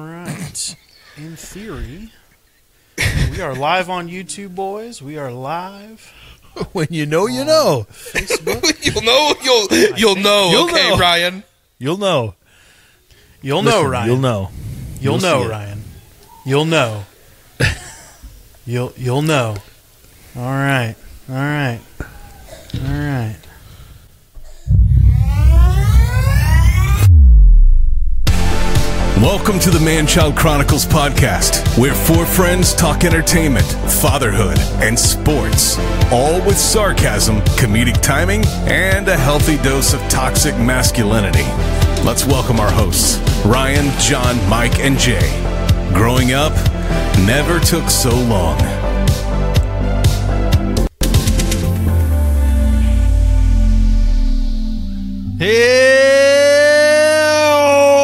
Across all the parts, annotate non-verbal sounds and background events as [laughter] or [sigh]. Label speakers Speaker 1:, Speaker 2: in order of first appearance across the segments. Speaker 1: But in theory, we are live on YouTube, boys. We are live.
Speaker 2: [laughs] when you know, you know.
Speaker 3: [laughs] you'll know. You'll
Speaker 2: [laughs]
Speaker 3: you'll know.
Speaker 2: You'll
Speaker 3: okay,
Speaker 2: know. [laughs]
Speaker 3: Ryan.
Speaker 2: You'll know.
Speaker 1: You'll know,
Speaker 2: Listen,
Speaker 1: Ryan.
Speaker 2: You'll know.
Speaker 1: You'll
Speaker 2: You'll
Speaker 1: know,
Speaker 2: see it.
Speaker 1: Ryan. You'll know. you'll you'll know. All right. All right. All right.
Speaker 4: Welcome to the Man Child Chronicles podcast, where four friends talk entertainment, fatherhood, and sports, all with sarcasm, comedic timing, and a healthy dose of toxic masculinity. Let's welcome our hosts, Ryan, John, Mike, and Jay. Growing up never took so long.
Speaker 2: Hey,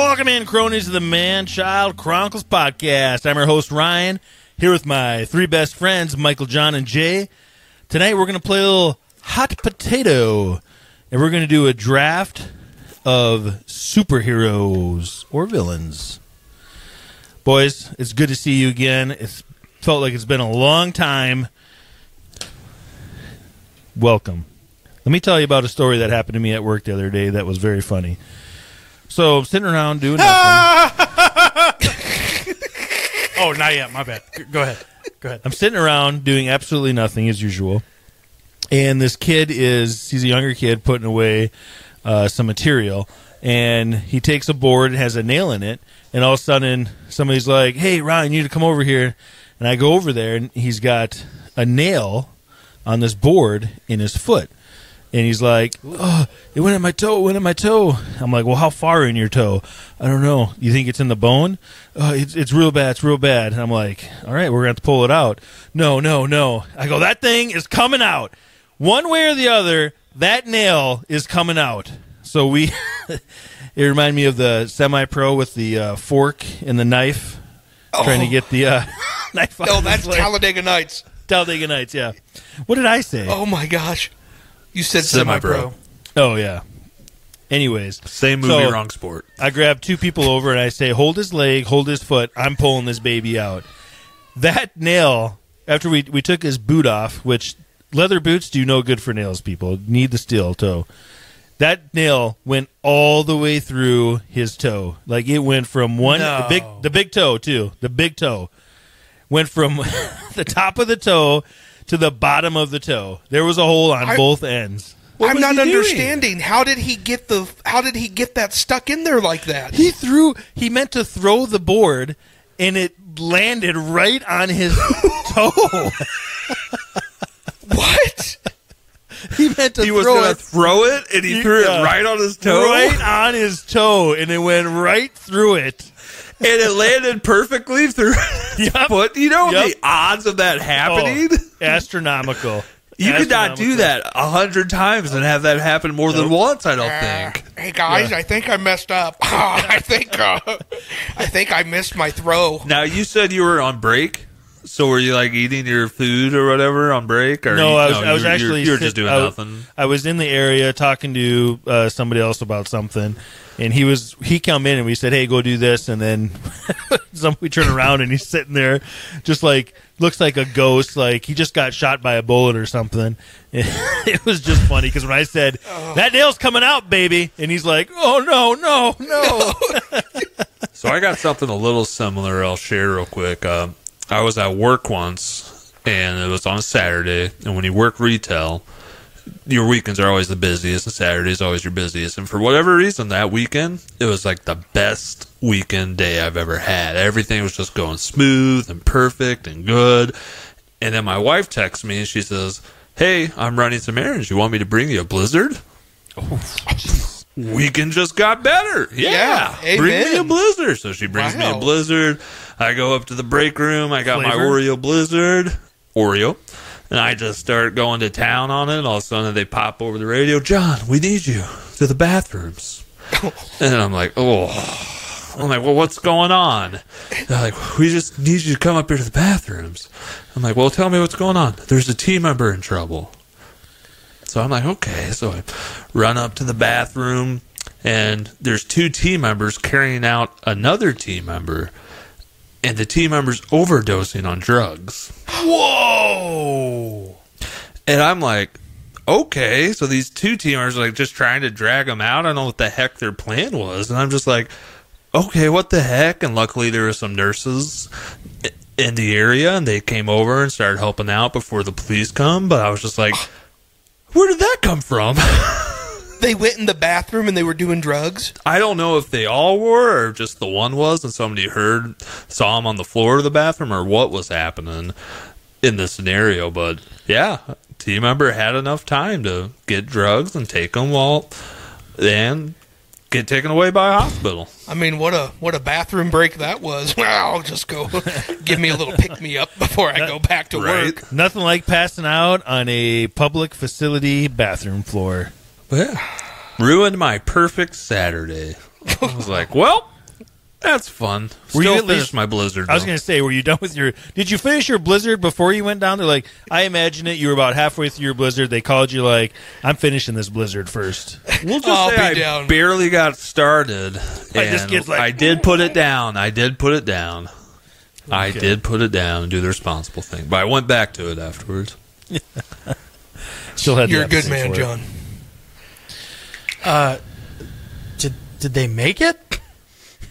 Speaker 2: welcome in, cronies, to the Man Child Chronicles podcast. I'm your host, Ryan, here with my three best friends, Michael, John, and Jay. Tonight, we're going to play a little hot potato, and we're going to do a draft of superheroes or villains. Boys, it's good to see you again. It's felt like it's been a long time. Welcome. Let me tell you about a story that happened to me at work the other day that was very funny. So I'm sitting around doing nothing.
Speaker 1: Oh, not yet. My bad. G- Go ahead. Go ahead.
Speaker 2: I'm sitting around doing absolutely nothing as usual. And this kid is, he's a younger kid putting away uh, some material. And he takes a board and has a nail in it. And all of a sudden, somebody's like, hey, Ryan, you need to come over here. And I go over there, and he's got a nail on this board in his foot. And he's like, oh, it went in my toe, it went in my toe. I'm like, well, how far in your toe? I don't know. You think it's in the bone? Uh, it's, it's real bad, it's real bad. And I'm like, all right, we're going to have to pull it out. No, no, no. I go, that thing is coming out. One way or the other, that nail is coming out. So we, [laughs] it reminded me of the semi pro with the uh, fork and the knife trying to get the uh, [laughs] knife out.
Speaker 3: Oh,
Speaker 2: of his
Speaker 3: that's
Speaker 2: leg.
Speaker 3: Talladega Nights.
Speaker 2: Talladega Nights, yeah. What did I say?
Speaker 3: Oh my gosh, you said semi-pro.
Speaker 2: Oh yeah. Anyways,
Speaker 5: Same movie,
Speaker 2: So,
Speaker 5: wrong sport.
Speaker 2: I grab two people over and I say, "Hold his leg, hold his foot. I'm pulling this baby out." That nail. After we we took his boot off, which leather boots do no good for nails. People need the steel toe. That nail went all the way through his toe. Like it went from one the big the big toe too. The big toe went from [laughs] the top of the toe to the bottom of the toe. There was a hole on
Speaker 3: I-
Speaker 2: both ends.
Speaker 3: I'm
Speaker 2: was
Speaker 3: not
Speaker 2: he doing?
Speaker 3: understanding. How did he get the? How did he get that stuck in there
Speaker 2: [laughs]
Speaker 3: like that?
Speaker 2: He threw. He meant to throw the board, and it landed right on his toe.
Speaker 3: [laughs] what?
Speaker 2: [laughs] He meant to
Speaker 5: He was
Speaker 2: throw
Speaker 5: going to
Speaker 2: it
Speaker 5: throw it, and he threw
Speaker 2: Yeah.
Speaker 5: it right on his toe,
Speaker 2: right on his toe, and it went right through it.
Speaker 5: and it landed perfectly through [laughs] his
Speaker 2: Yep.
Speaker 5: foot. You know
Speaker 2: Yep.
Speaker 5: the odds of that happening?
Speaker 2: Oh, astronomical.
Speaker 5: You could not do
Speaker 2: Astronomical.
Speaker 5: that a hundred times and have that happen more than once. I don't think.
Speaker 3: Hey guys, I think I messed up. [laughs] I think uh, I think I missed my throw.
Speaker 5: Now you said you were on break, so were you like eating your food or whatever on break? Or
Speaker 2: No,
Speaker 5: you-
Speaker 2: I was, I was
Speaker 5: you were-
Speaker 2: actually
Speaker 5: you were
Speaker 2: sit-
Speaker 5: just doing
Speaker 2: I, was-
Speaker 5: nothing.
Speaker 2: I was in the area talking to uh, somebody else about something, and he was he come in and we said, "Hey, go do this," and then [laughs] some we turn around and he's sitting there, just like looks like a ghost, like he just got shot by a bullet or something. [laughs] it was just funny because when I said that nail's coming out, baby, and he's like, "Oh no, no, no!"
Speaker 5: So I got something a little similar. I'll share real quick. Um, I was at work once, and it was on a Saturday. And when you work retail, your weekends are always the busiest, and Saturday's always your busiest. And for whatever reason, that weekend it was like the best weekend day I've ever had. Everything was just going smooth and perfect and good. And then my wife texts me, and she says, "Hey, I'm running some errands. You want me to bring you a blizzard?"
Speaker 3: Oh,
Speaker 5: Weekend just got better. Yeah.
Speaker 3: Yeah,
Speaker 5: Bring me a
Speaker 3: amen.
Speaker 5: blizzard. So she brings me
Speaker 3: Wow.
Speaker 5: a blizzard. I go up to the break room. I got my
Speaker 2: Flavor?
Speaker 5: Oreo blizzard. Oreo. And I just start going to town on it. And all of a sudden they pop over the radio. John, we need you to the bathrooms. and I'm like, oh. I'm like, well, what's going on? They're like, we just need you to come up here to the bathrooms. I'm like, well, tell me what's going on. There's a team member in trouble. So I'm like, okay. So I run up to the bathroom, and there's two team members carrying out another team member. and the team members overdosing on drugs.
Speaker 1: Whoa!
Speaker 5: And I'm like, okay. So these two team members are like just trying to drag them out. I don't know what the heck their plan was. And I'm just like, okay, what the heck? And luckily there were some nurses i- in the area and they came over and started helping out before the police come. But I was just like, where did that come from? [laughs]
Speaker 3: They went in the bathroom and they were doing drugs.
Speaker 5: I don't know if they all were or just the one was, and somebody heard, saw him on the floor of the bathroom, or what was happening in the scenario. But yeah, team member had enough time to get drugs and take them while and get taken away by a hospital.
Speaker 3: I mean, what a what a bathroom break that was. [laughs] Well, I'll just go give me a little pick me up before I go back to
Speaker 5: Right.
Speaker 3: work.
Speaker 2: Nothing like passing out on a public facility bathroom floor.
Speaker 5: Ruined my perfect Saturday. I was like, well, that's fun.
Speaker 2: Were you
Speaker 5: Still
Speaker 2: at least-
Speaker 5: finished my blizzard.
Speaker 2: I was
Speaker 5: though.
Speaker 2: going to say, were you done with your? Did you finish your blizzard before you went down there? Like, I imagine it. You were about halfway through your blizzard. They called you like, "I'm finishing this blizzard
Speaker 3: [laughs]
Speaker 2: first.
Speaker 5: We'll just
Speaker 3: I'll
Speaker 5: say
Speaker 3: be
Speaker 5: I
Speaker 3: down.
Speaker 5: barely got started.
Speaker 2: Like,
Speaker 5: and
Speaker 2: this kid's like-
Speaker 5: I did
Speaker 2: [laughs]
Speaker 5: put it down. I did put it down. I did put it down and do the responsible thing. But I went back to it afterwards.
Speaker 2: Still had the
Speaker 3: You're a good
Speaker 2: appetite
Speaker 3: man,
Speaker 2: for it.
Speaker 3: John.
Speaker 1: Did, did they make it?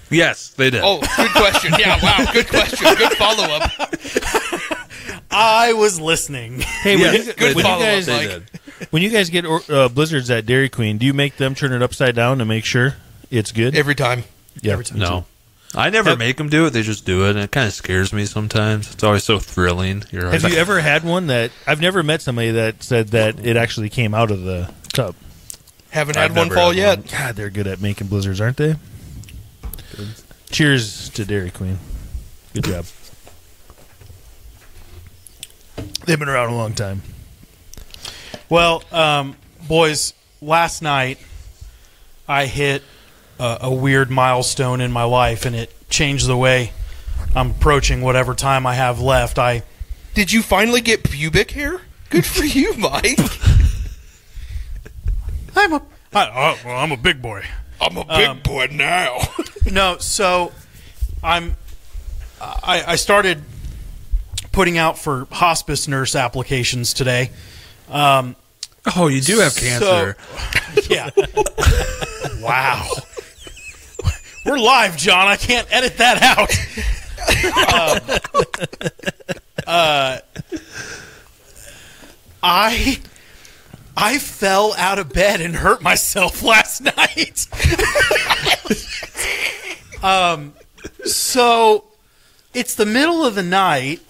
Speaker 5: Yes, they did.
Speaker 3: Oh, good question. Yeah, wow, good question. Good follow up.
Speaker 1: I was listening.
Speaker 2: Hey,
Speaker 5: Yes,
Speaker 2: when, you,
Speaker 3: good
Speaker 2: when you
Speaker 3: follow-up,
Speaker 2: guys
Speaker 5: they
Speaker 3: Mike.
Speaker 5: did.
Speaker 2: when you guys get or- uh, blizzards at Dairy Queen, do you make them turn it upside down to make sure it's good?
Speaker 3: Every time.
Speaker 2: yeah.
Speaker 1: every time.
Speaker 5: No. I never
Speaker 2: Have-
Speaker 5: make them do it. They just do it, and it kind of scares me sometimes. It's always so thrilling. You're always
Speaker 2: Have you
Speaker 5: like,
Speaker 2: ever had one that I've never met somebody that said that it actually came out of the tub?
Speaker 3: Haven't
Speaker 5: I've
Speaker 3: had one
Speaker 5: never
Speaker 3: fall
Speaker 5: had
Speaker 3: yet.
Speaker 2: God, they're good at making blizzards, aren't they? Cheers to Dairy Queen. Good job. They've been around a long time.
Speaker 1: Well, um, boys, last night I hit a, a weird milestone in my life, and it changed the way I'm approaching whatever time I have left. I
Speaker 3: Did you finally get pubic hair? Good for you, Mike.
Speaker 1: I'm a I, oh, well, I'm a big boy.
Speaker 3: I'm a big boy now.
Speaker 1: No, so I'm I, I started putting out for hospice nurse applications today. Um,
Speaker 5: oh, you do have
Speaker 1: So-
Speaker 5: cancer.
Speaker 1: [laughs] Yeah. wow. We're live, John. I can't edit that out. Um, uh, I I fell out of bed and hurt myself [laughs] last night. um, so it's the middle of the night.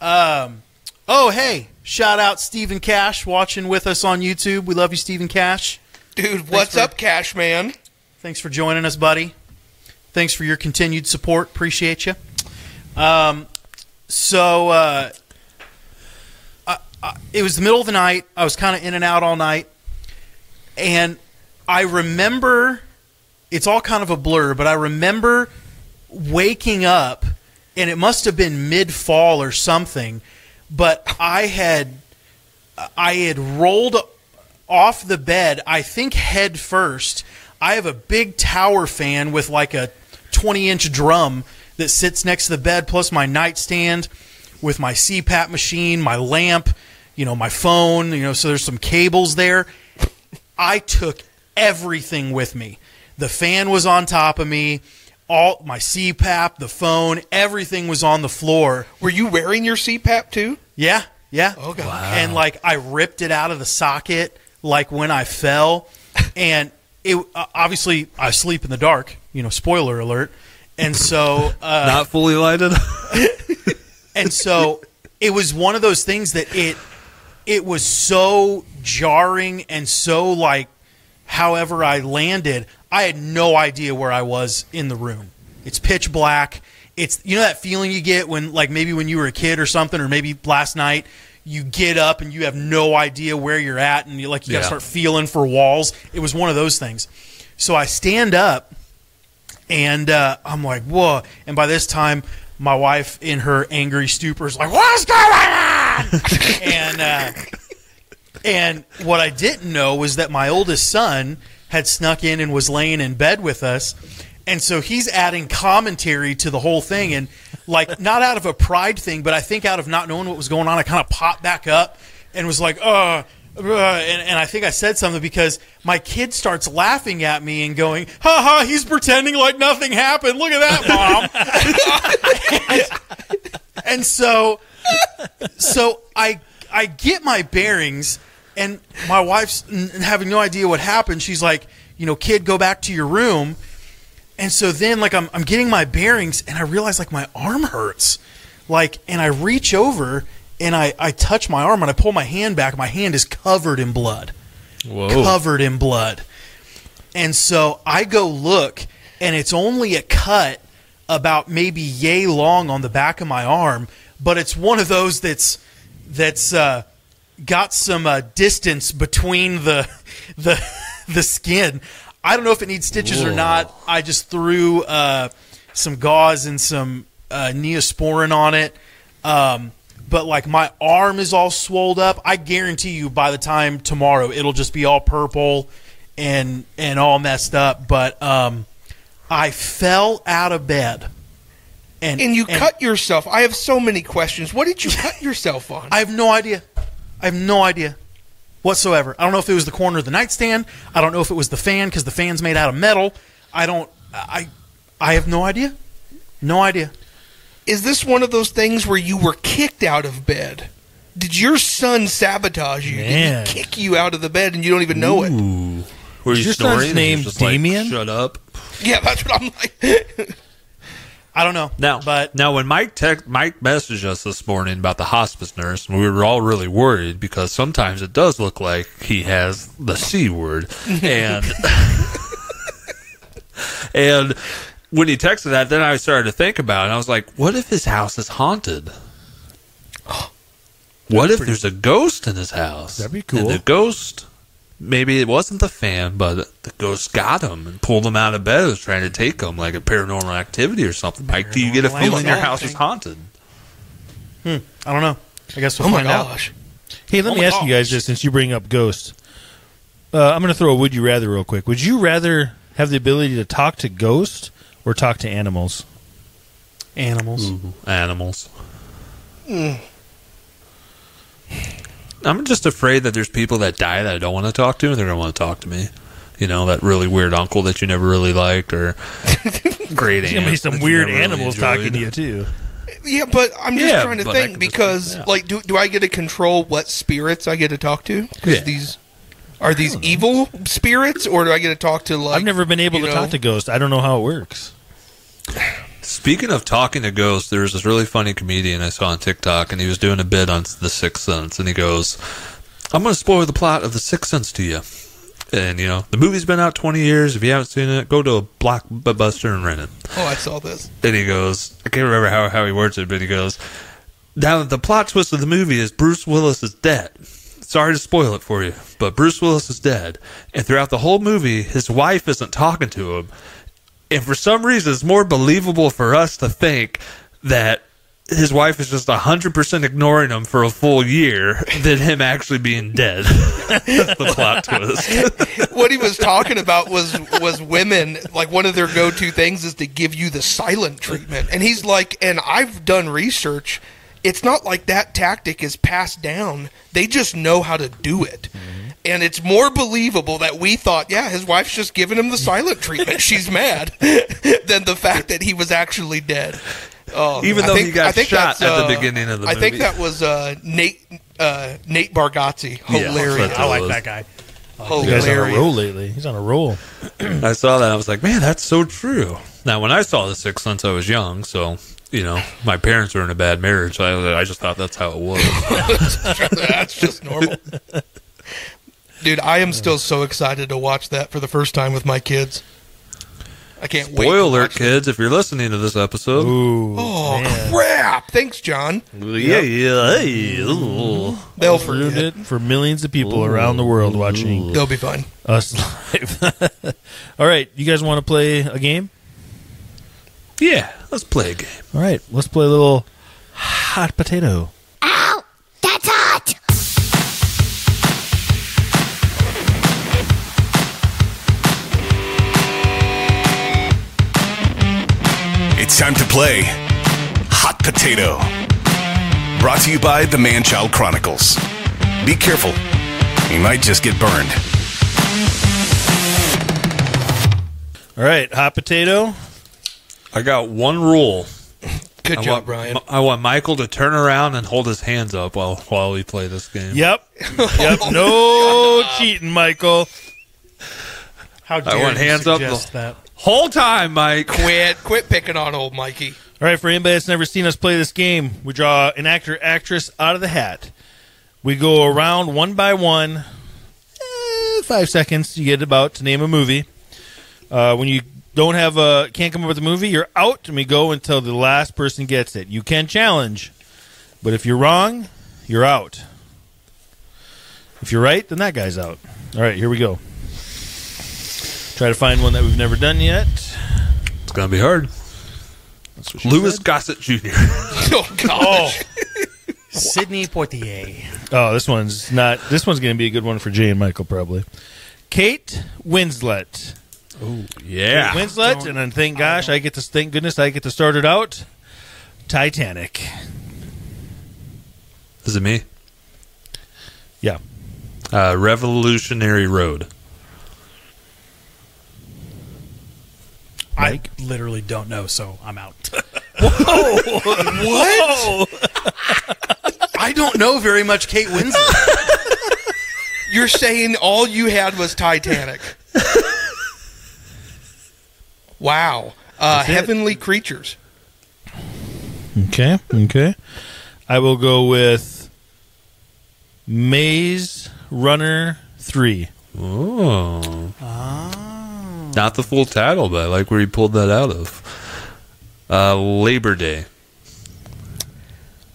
Speaker 1: Oh, hey! Shout out Stephen Cash watching with us on YouTube. We love you, Stephen Cash.
Speaker 3: Dude, what's
Speaker 1: for-
Speaker 3: up, Cash Man?
Speaker 1: Thanks for joining us, buddy. Thanks for your continued support. Appreciate you. Um, so uh, I, I, it was the middle of the night. I was kind of in and out all night, and I remember it's all kind of a blur, but I remember waking up, and it must have been mid fall or something. But I had I had rolled off the bed, I think head first. I have a big tower fan with like a 20 inch drum that sits next to the bed, plus my nightstand with my CPAP machine, my lamp, you know, my phone, you know, so there's some cables there. I took everything with me. The fan was on top of me, all my CPAP, the phone, everything was on the floor.
Speaker 3: Were you wearing your CPAP too?
Speaker 1: Yeah, yeah.
Speaker 3: Oh, God. Wow.
Speaker 1: And like I ripped it out of the socket, like when I
Speaker 3: [laughs]
Speaker 1: fell, and it uh, obviously I sleep in the dark. You know, spoiler alert. And so, uh,
Speaker 5: Not fully lighted. [laughs]
Speaker 1: and so it was one of those things that it it was so jarring and so like however I landed, I had no idea where I was in the room. It's pitch black. It's you know that feeling you get when like maybe when you were a kid or something or maybe last night you get up and you have no idea where you're at and you like you got to
Speaker 5: Yeah.
Speaker 1: start feeling for walls. It was one of those things. So I stand up and uh, I'm like, whoa. And by this time, my wife, in her angry stupor, is like, what's going on? and uh, and what I didn't know was that my oldest son had snuck in and was laying in bed with us. And so he's adding commentary to the whole thing. And, like, not out of a pride thing, but I think out of not knowing what was going on, I kind of popped back up and was like, uh, uh, and, and I think I said something because my kid starts laughing at me and going, ha ha, he's pretending like nothing happened. Look at that, mom. and so so I I get my bearings, and my wife's n- having no idea what happened. She's like, you know, kid, go back to your room. And so then, like, I'm I'm getting my bearings, and I realize like my arm hurts, like, and I reach over and I I touch my arm and I pull my hand back. My hand is covered in blood
Speaker 5: Whoa.
Speaker 1: covered in blood. And so I go look, and it's only a cut about maybe yay long on the back of my arm, but it's one of those that's that's uh, got some uh, distance between the [laughs] the the skin. I don't know if it needs stitches or not. I just threw uh, some gauze and some uh, neosporin on it. Um, but like my arm is all swolled up. I guarantee you by the time tomorrow it'll just be all purple and and all messed up. But um I fell out of bed. And
Speaker 3: And you cut yourself. I have so many questions. What did you cut yourself on?
Speaker 1: I have no idea. I have no idea whatsoever. I don't know if it was the corner of the nightstand. I don't know if it was the fan because the fan's made out of metal. I don't I I have no idea. No idea.
Speaker 3: Is this one of those things where you were kicked out of bed? Did your son sabotage you?
Speaker 2: Man.
Speaker 3: Did he kick you out of the bed and you don't even know it?
Speaker 5: Ooh. Were you
Speaker 2: Is your son's
Speaker 5: snoring? and he
Speaker 2: name
Speaker 5: was just like,
Speaker 2: Damien?
Speaker 5: Shut up.
Speaker 3: Yeah, that's what I'm like.
Speaker 1: I don't know.
Speaker 5: Now,
Speaker 1: but
Speaker 5: now when Mike tech, Mike messaged us this morning about the hospice nurse, we were all really worried because sometimes it does look like he has the c word, and and when he texted that, then I started to think about it. And I was like, what if his house is haunted? What if there's a ghost in his house?
Speaker 2: That'd be
Speaker 5: And
Speaker 2: cool.
Speaker 5: the ghost, maybe it wasn't the fan, but the ghost got him and pulled him out of bed. and was trying to take him like a paranormal activity or something. Mike, do you get a
Speaker 1: Paranormal
Speaker 5: feeling your
Speaker 1: activity.
Speaker 5: house is haunted?
Speaker 1: I don't know. I guess we'll
Speaker 3: oh my
Speaker 1: find out.
Speaker 3: gosh.
Speaker 2: Hey, let
Speaker 3: Oh
Speaker 2: me
Speaker 3: my
Speaker 2: ask you guys this since you bring up ghosts. Uh, I'm going to throw a would you rather real quick. Would you rather have the ability to talk to ghosts or talk to animals?
Speaker 1: Animals.
Speaker 5: Animals.
Speaker 2: Mm-hmm.
Speaker 5: [sighs] I'm just afraid that there's people that die that I don't want to talk to, and they're going to want to talk to me. You know, that really weird uncle that you never really
Speaker 2: [laughs]
Speaker 5: liked, or great aunt.
Speaker 2: There's going to be
Speaker 5: that
Speaker 2: some
Speaker 5: you
Speaker 2: weird
Speaker 5: never really
Speaker 2: animals talking to you,
Speaker 5: enjoyed. uh,
Speaker 2: too.
Speaker 3: Yeah, but I'm just
Speaker 5: Yeah,
Speaker 3: trying to
Speaker 5: but I
Speaker 3: think
Speaker 5: can just-
Speaker 3: because,
Speaker 5: yeah.
Speaker 3: like, do do I get to control what spirits I get to talk to? Because
Speaker 5: Yeah.
Speaker 3: these are these evil spirits, or do I get to talk to like?
Speaker 2: I've never been able
Speaker 3: you
Speaker 2: to
Speaker 3: know?
Speaker 2: talk to ghosts. I don't know how it works.
Speaker 5: Speaking of talking to ghosts, there was this really funny comedian I saw on TikTok, and he was doing a bit on The Sixth Sense, and he goes, I'm going to spoil the plot of The Sixth Sense to you. And, you know, the movie's been out 20 years. If you haven't seen it, go to a blockbuster and rent it.
Speaker 3: Oh, I saw this.
Speaker 5: Then he goes, I can't remember how, how he words it, but he goes, Now the plot twist of the movie is Bruce Willis is dead. Sorry to spoil it for you, but Bruce Willis is dead. And throughout the whole movie, his wife isn't talking to him. And for some reason, it's more believable for us to think that his wife is just 100% ignoring him for a full year than him actually being dead. [laughs] That's the plot twist.
Speaker 3: What he was talking about was was women. Like one of their go to things is to give you the silent treatment, and he's like, and I've done research. It's not like that tactic is passed down. They just know how to do it.
Speaker 5: Mm-hmm.
Speaker 3: And it's more believable that we thought, yeah, his wife's just giving him the silent treatment. She's
Speaker 5: [laughs]
Speaker 3: mad than the fact that he was actually dead. Oh,
Speaker 5: Even
Speaker 3: I
Speaker 5: though
Speaker 3: think-
Speaker 5: he got
Speaker 3: I think
Speaker 5: shot
Speaker 3: that's,
Speaker 5: at the
Speaker 3: uh,
Speaker 5: beginning of the
Speaker 3: I think
Speaker 5: movie.
Speaker 3: that was uh, Nate uh, Nate Bargatze.
Speaker 5: Yeah,
Speaker 3: Hilarious.
Speaker 5: that's
Speaker 1: I like
Speaker 5: was-
Speaker 1: that guy.
Speaker 2: You guys are on a
Speaker 3: Hilarious.
Speaker 2: roll lately. He's on a roll.
Speaker 5: I saw that. I was like, man, that's so true. Now, when I saw The Sixth Sense, I was young, so you know, my parents were in a bad marriage. So I, I just thought that's how it was.
Speaker 3: [laughs] That's just normal. Dude, I am still so excited to watch that for the first time with my kids. I can't wait.
Speaker 5: Boy
Speaker 3: to
Speaker 5: alert,
Speaker 3: watch it.
Speaker 5: kids! If you're listening to this episode,
Speaker 2: Ooh.
Speaker 3: Oh crap! Thanks, John.
Speaker 5: yeah, yeah, hey, ooh.
Speaker 3: They'll
Speaker 2: Ruined
Speaker 3: forget.
Speaker 2: it for millions of people around the world watching
Speaker 3: They'll be fine.
Speaker 2: us [laughs] live. [laughs] All right. You guys want to play a game?
Speaker 5: yeah. Let's play a game.
Speaker 2: All right. Let's play a little hot potato.
Speaker 6: That's hot!
Speaker 4: It's time to play Hot Potato. Brought to you by the Manchild Chronicles. Be careful, you might just get burned.
Speaker 2: All right, hot potato.
Speaker 5: I got one rule.
Speaker 3: Good
Speaker 5: I
Speaker 3: job,
Speaker 5: want,
Speaker 3: Brian.
Speaker 5: I want Michael to turn around and hold his hands up while while we play this
Speaker 2: [laughs]
Speaker 5: game.
Speaker 2: Yep. Yep. [laughs] No cheating, Michael.
Speaker 1: How dare
Speaker 5: want
Speaker 1: you
Speaker 5: hands up the-
Speaker 1: suggest that?
Speaker 5: Whole time, Mike.
Speaker 3: Quit, quit picking on old Mikey. [laughs]
Speaker 2: All right, for anybody that's never seen us play this game, we draw an actor, actress out of the hat. We go around one by one, eh, five seconds. You get about to name a movie. Uh, when you don't have a can't come up with a movie, you're out, and we go until the last person gets it. You can challenge, but if you're wrong, you're out. If you're right, then that guy's out. All right, here we go. Try to find one that we've never done yet.
Speaker 5: It's gonna be hard.
Speaker 2: That's what she
Speaker 5: Lewis
Speaker 2: said.
Speaker 5: Gossett [laughs] Jr.
Speaker 3: Oh gosh.
Speaker 1: Sydney Poitier.
Speaker 2: Oh, this one's not. This one's going to be a good one for Jay and Michael probably. Kate Winslet.
Speaker 5: yeah.
Speaker 2: Kate Winslet, and then thank gosh I get to thank goodness I get to start it out. Titanic.
Speaker 5: Is it me?
Speaker 2: Yeah.
Speaker 5: Uh, Revolutionary Road.
Speaker 1: I literally don't know, so I'm out.
Speaker 2: What?
Speaker 1: I don't know very much Kate Winslet.
Speaker 3: You're saying all you had was Titanic. wow. Uh,
Speaker 2: it.
Speaker 3: heavenly creatures.
Speaker 2: Okay. Okay. I will go with Maze Runner Three.
Speaker 5: Oh.
Speaker 3: Ah.
Speaker 5: Not the full title, but I like where you pulled that out of. Uh, Labor Day.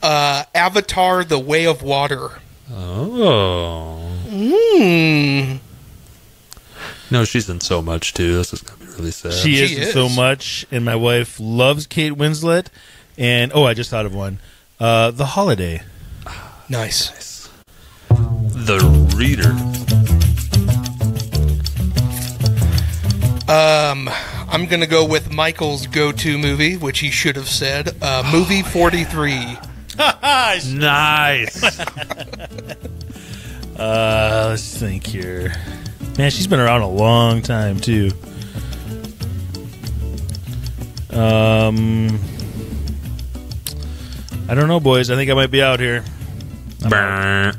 Speaker 3: Uh, Avatar: The Way of Water.
Speaker 5: Oh.
Speaker 3: Hmm.
Speaker 5: No, she's in so much too. This is gonna be really sad.
Speaker 2: She,
Speaker 3: She
Speaker 2: is,
Speaker 3: is.
Speaker 2: so much, and my wife loves Kate Winslet. And oh, I just thought of one. Uh, the Holiday.
Speaker 3: Nice.
Speaker 5: the reader.
Speaker 3: Um, I'm gonna go with Michael's go-to movie, which he should have said. Uh,
Speaker 5: Oh,
Speaker 3: movie 43. Ah,
Speaker 5: Nice.
Speaker 2: Uh, let's think here. Man, she's been around a long time too. Um, I don't know, boys. I think I might be out here.
Speaker 5: I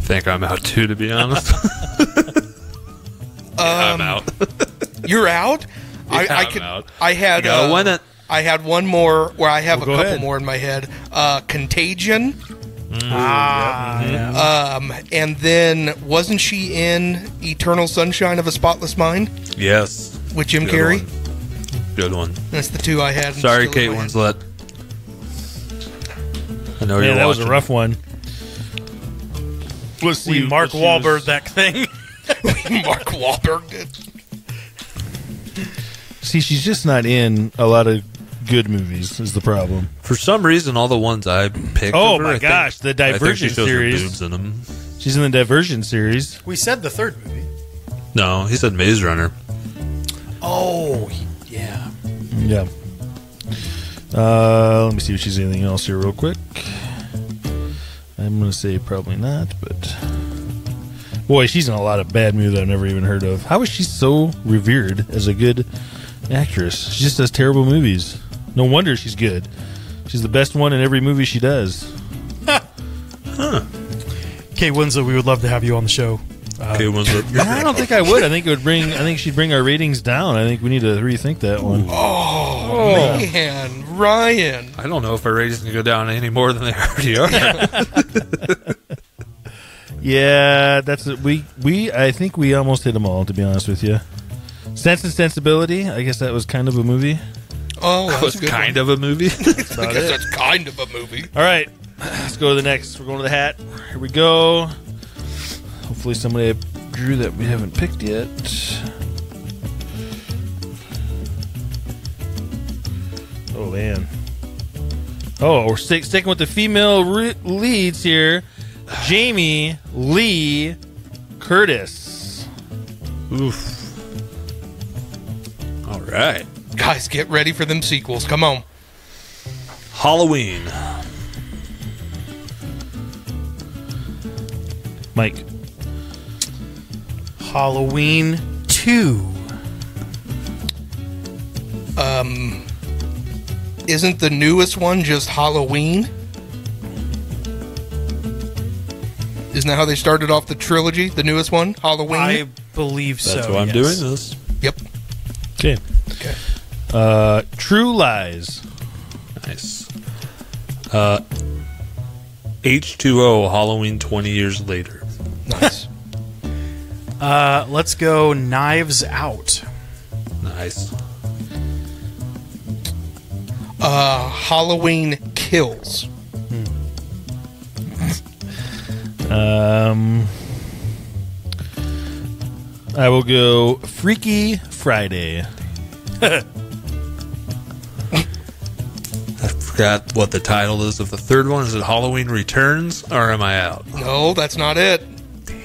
Speaker 5: think I'm out too, to be
Speaker 3: [laughs]
Speaker 5: honest. Yeah, I'm out.
Speaker 3: You're out.
Speaker 5: [laughs] Yeah,
Speaker 3: Um, I, I
Speaker 5: I'm
Speaker 3: could.
Speaker 5: out.
Speaker 3: I had.
Speaker 5: gotta
Speaker 3: uh,
Speaker 5: win it.
Speaker 3: I had one more where I have
Speaker 2: Well,
Speaker 3: a
Speaker 2: go
Speaker 3: couple
Speaker 2: ahead.
Speaker 3: more in my head. Uh, Contagion.
Speaker 1: ah,
Speaker 3: Um, and then wasn't she in Eternal Sunshine of a Spotless Mind
Speaker 5: Yes.
Speaker 3: with Jim
Speaker 5: Good
Speaker 3: Carrey?
Speaker 5: one. Good one.
Speaker 3: That's the two I had. and
Speaker 5: Sorry,
Speaker 3: still in
Speaker 5: Kate
Speaker 3: my head.
Speaker 5: Winslet. I know
Speaker 2: Yeah,
Speaker 5: you're
Speaker 2: that was
Speaker 5: watching.
Speaker 2: a rough one. Let's see.
Speaker 1: we Mark
Speaker 2: let's see who's-
Speaker 1: Wahlberg that
Speaker 2: [laughs]
Speaker 1: thing.
Speaker 3: [laughs] Mark Wahlberg. did.
Speaker 2: See, she's just not in a lot of good movies. Is the problem?
Speaker 5: For some reason, all the ones I picked.
Speaker 2: Oh
Speaker 5: of her,
Speaker 2: my
Speaker 5: I think-
Speaker 2: gosh, the
Speaker 5: I think she
Speaker 2: Divergent
Speaker 5: shows her
Speaker 2: series.
Speaker 5: boobs in 'em.
Speaker 2: She's in the Diversion series.
Speaker 1: We said the third movie.
Speaker 5: No, he said Maze Runner.
Speaker 1: Oh, yeah.
Speaker 2: Yeah. Uh, let me see if she's anything else here, real quick. I'm gonna say probably not, but boy, she's in a lot of bad movies I've never even heard of. How is she so revered as a good actress? She just does terrible movies. No wonder she's good. She's the best one in every movie she does.
Speaker 1: Kate Winslet, we would love to have you on the show.
Speaker 5: Kate Winslet.
Speaker 2: Oh. [laughs] I don't think I would. I think it would bring. I think she'd bring our ratings down. I think we need to rethink that one.
Speaker 5: Oh.
Speaker 3: Man, Ryan.
Speaker 5: I don't know if our ratings can go down any more than they already are.
Speaker 2: Yeah, that's it. we we. I think we almost hit them all. To be honest with you, Sense and Sensibility. I guess that was kind of a movie.
Speaker 3: Oh, that
Speaker 5: was
Speaker 3: a good
Speaker 5: kind of a movie.
Speaker 3: one. Because that's kind of a movie.
Speaker 2: [laughs] All right, let's go to the next. We're going to the hat. Here we go. Hopefully, somebody drew that we haven't picked yet. Oh man. Oh, we're stick, sticking with the female re- leads here. Jamie Lee Curtis.
Speaker 5: Oof. All right.
Speaker 3: Guys, get ready for them sequels. Come on.
Speaker 5: Halloween.
Speaker 2: Mike.
Speaker 1: Halloween 2.
Speaker 3: Um, Isn't the newest one just Halloween? Isn't that how they started off the trilogy? The newest one, Halloween.
Speaker 1: I believe so.
Speaker 5: That's why I'm
Speaker 1: yes.
Speaker 5: doing this.
Speaker 3: Yep.
Speaker 2: Okay.
Speaker 3: Okay.
Speaker 2: Uh, True Lies.
Speaker 5: Nice. Uh, H2O Halloween 20 years later.
Speaker 3: Nice.
Speaker 1: Uh, let's go Knives Out.
Speaker 5: Nice.
Speaker 3: uh, Halloween kills.
Speaker 2: Um, I will go Freaky Friday.
Speaker 5: I forgot what the title is of the third one. Is it Halloween Returns or am I out?
Speaker 3: No, that's not it. Think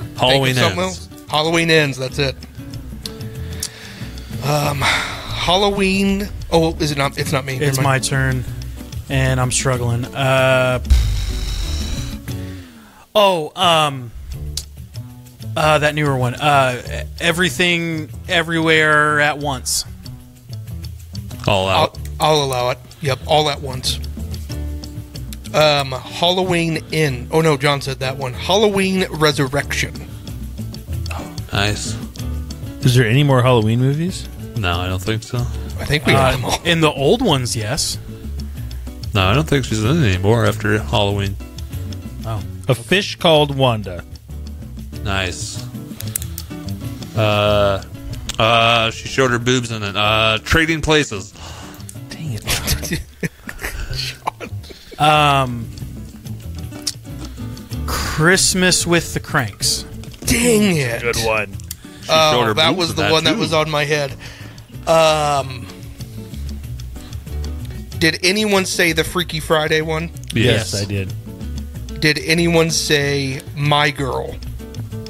Speaker 3: of
Speaker 5: Halloween Ends.
Speaker 3: something else. Halloween ends. That's it. Um, Halloween. Oh, is it not? It's not me.
Speaker 1: It's
Speaker 3: Never
Speaker 1: my
Speaker 3: mind.
Speaker 1: turn, and I'm struggling. Uh, oh, um, uh, that newer one. Uh, everything, everywhere at once.
Speaker 5: All
Speaker 3: I'll,
Speaker 5: out.
Speaker 3: I'll allow it. Yep, all at once. Um, Halloween in. Oh no, John said that one. Halloween resurrection.
Speaker 5: Nice.
Speaker 2: Is there any more Halloween movies?
Speaker 5: No, I don't think so.
Speaker 3: I think we got them
Speaker 1: Uh,
Speaker 3: all.
Speaker 1: in the old ones, yes.
Speaker 5: No, I don't think she's in it anymore after Halloween.
Speaker 2: A Fish Called Wanda.
Speaker 5: Nice. Uh, uh, she showed her boobs in it. Uh, Trading Places.
Speaker 1: Christmas with the Cranks.
Speaker 3: Dang it! Good one.
Speaker 5: She showed
Speaker 3: Oh,
Speaker 5: her
Speaker 3: that
Speaker 5: boobs
Speaker 3: was
Speaker 5: in
Speaker 3: the one that
Speaker 5: too.
Speaker 3: was on my head. Um, did anyone say the Freaky Friday one?
Speaker 5: Yes.
Speaker 2: I did.
Speaker 3: Did anyone say my girl?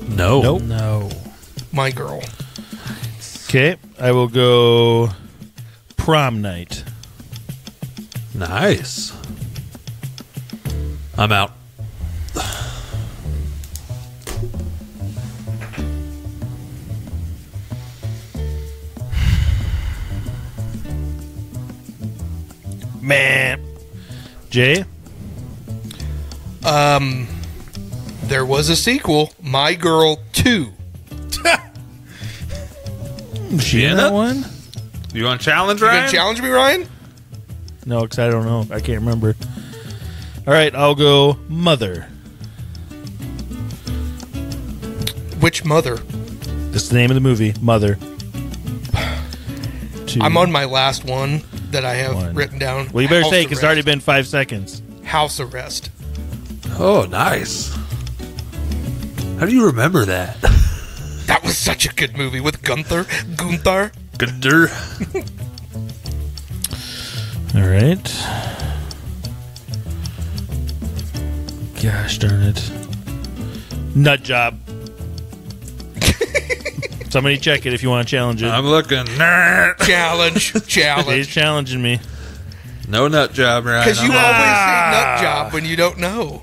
Speaker 5: No.
Speaker 2: Nope.
Speaker 1: No.
Speaker 3: My girl.
Speaker 2: Okay, I will go Prom Night.
Speaker 5: Nice. I'm out.
Speaker 2: Man. Jay.
Speaker 3: There was a sequel, My Girl Two.
Speaker 2: Is she in
Speaker 5: in
Speaker 2: that
Speaker 5: it?
Speaker 2: one?
Speaker 5: You want to challenge,
Speaker 3: You
Speaker 5: Ryan?
Speaker 3: gonna challenge me, Ryan?
Speaker 2: No, because I don't know. I can't remember. All right, I'll go Mother.
Speaker 3: Which mother?
Speaker 2: That's the name of the movie, Mother. Two,
Speaker 3: I'm on my last one that I have
Speaker 2: One.
Speaker 3: written down.
Speaker 2: Well, you better
Speaker 3: House
Speaker 2: say because it's already
Speaker 3: arrest.
Speaker 2: been five seconds.
Speaker 3: house arrest.
Speaker 5: Oh, nice. How do you remember that?
Speaker 3: That was such a good movie with Gunther. Gunther.
Speaker 5: Gunder.
Speaker 2: All right. Gosh darn it. Nut job. [laughs] Somebody check it if you want to challenge it.
Speaker 5: I'm looking. Nah.
Speaker 3: Challenge.
Speaker 2: He's
Speaker 3: Challenge.
Speaker 2: challenging me.
Speaker 5: No nut job, Ryan.
Speaker 3: Because you
Speaker 5: I'm out.
Speaker 3: always say nut job when you don't know.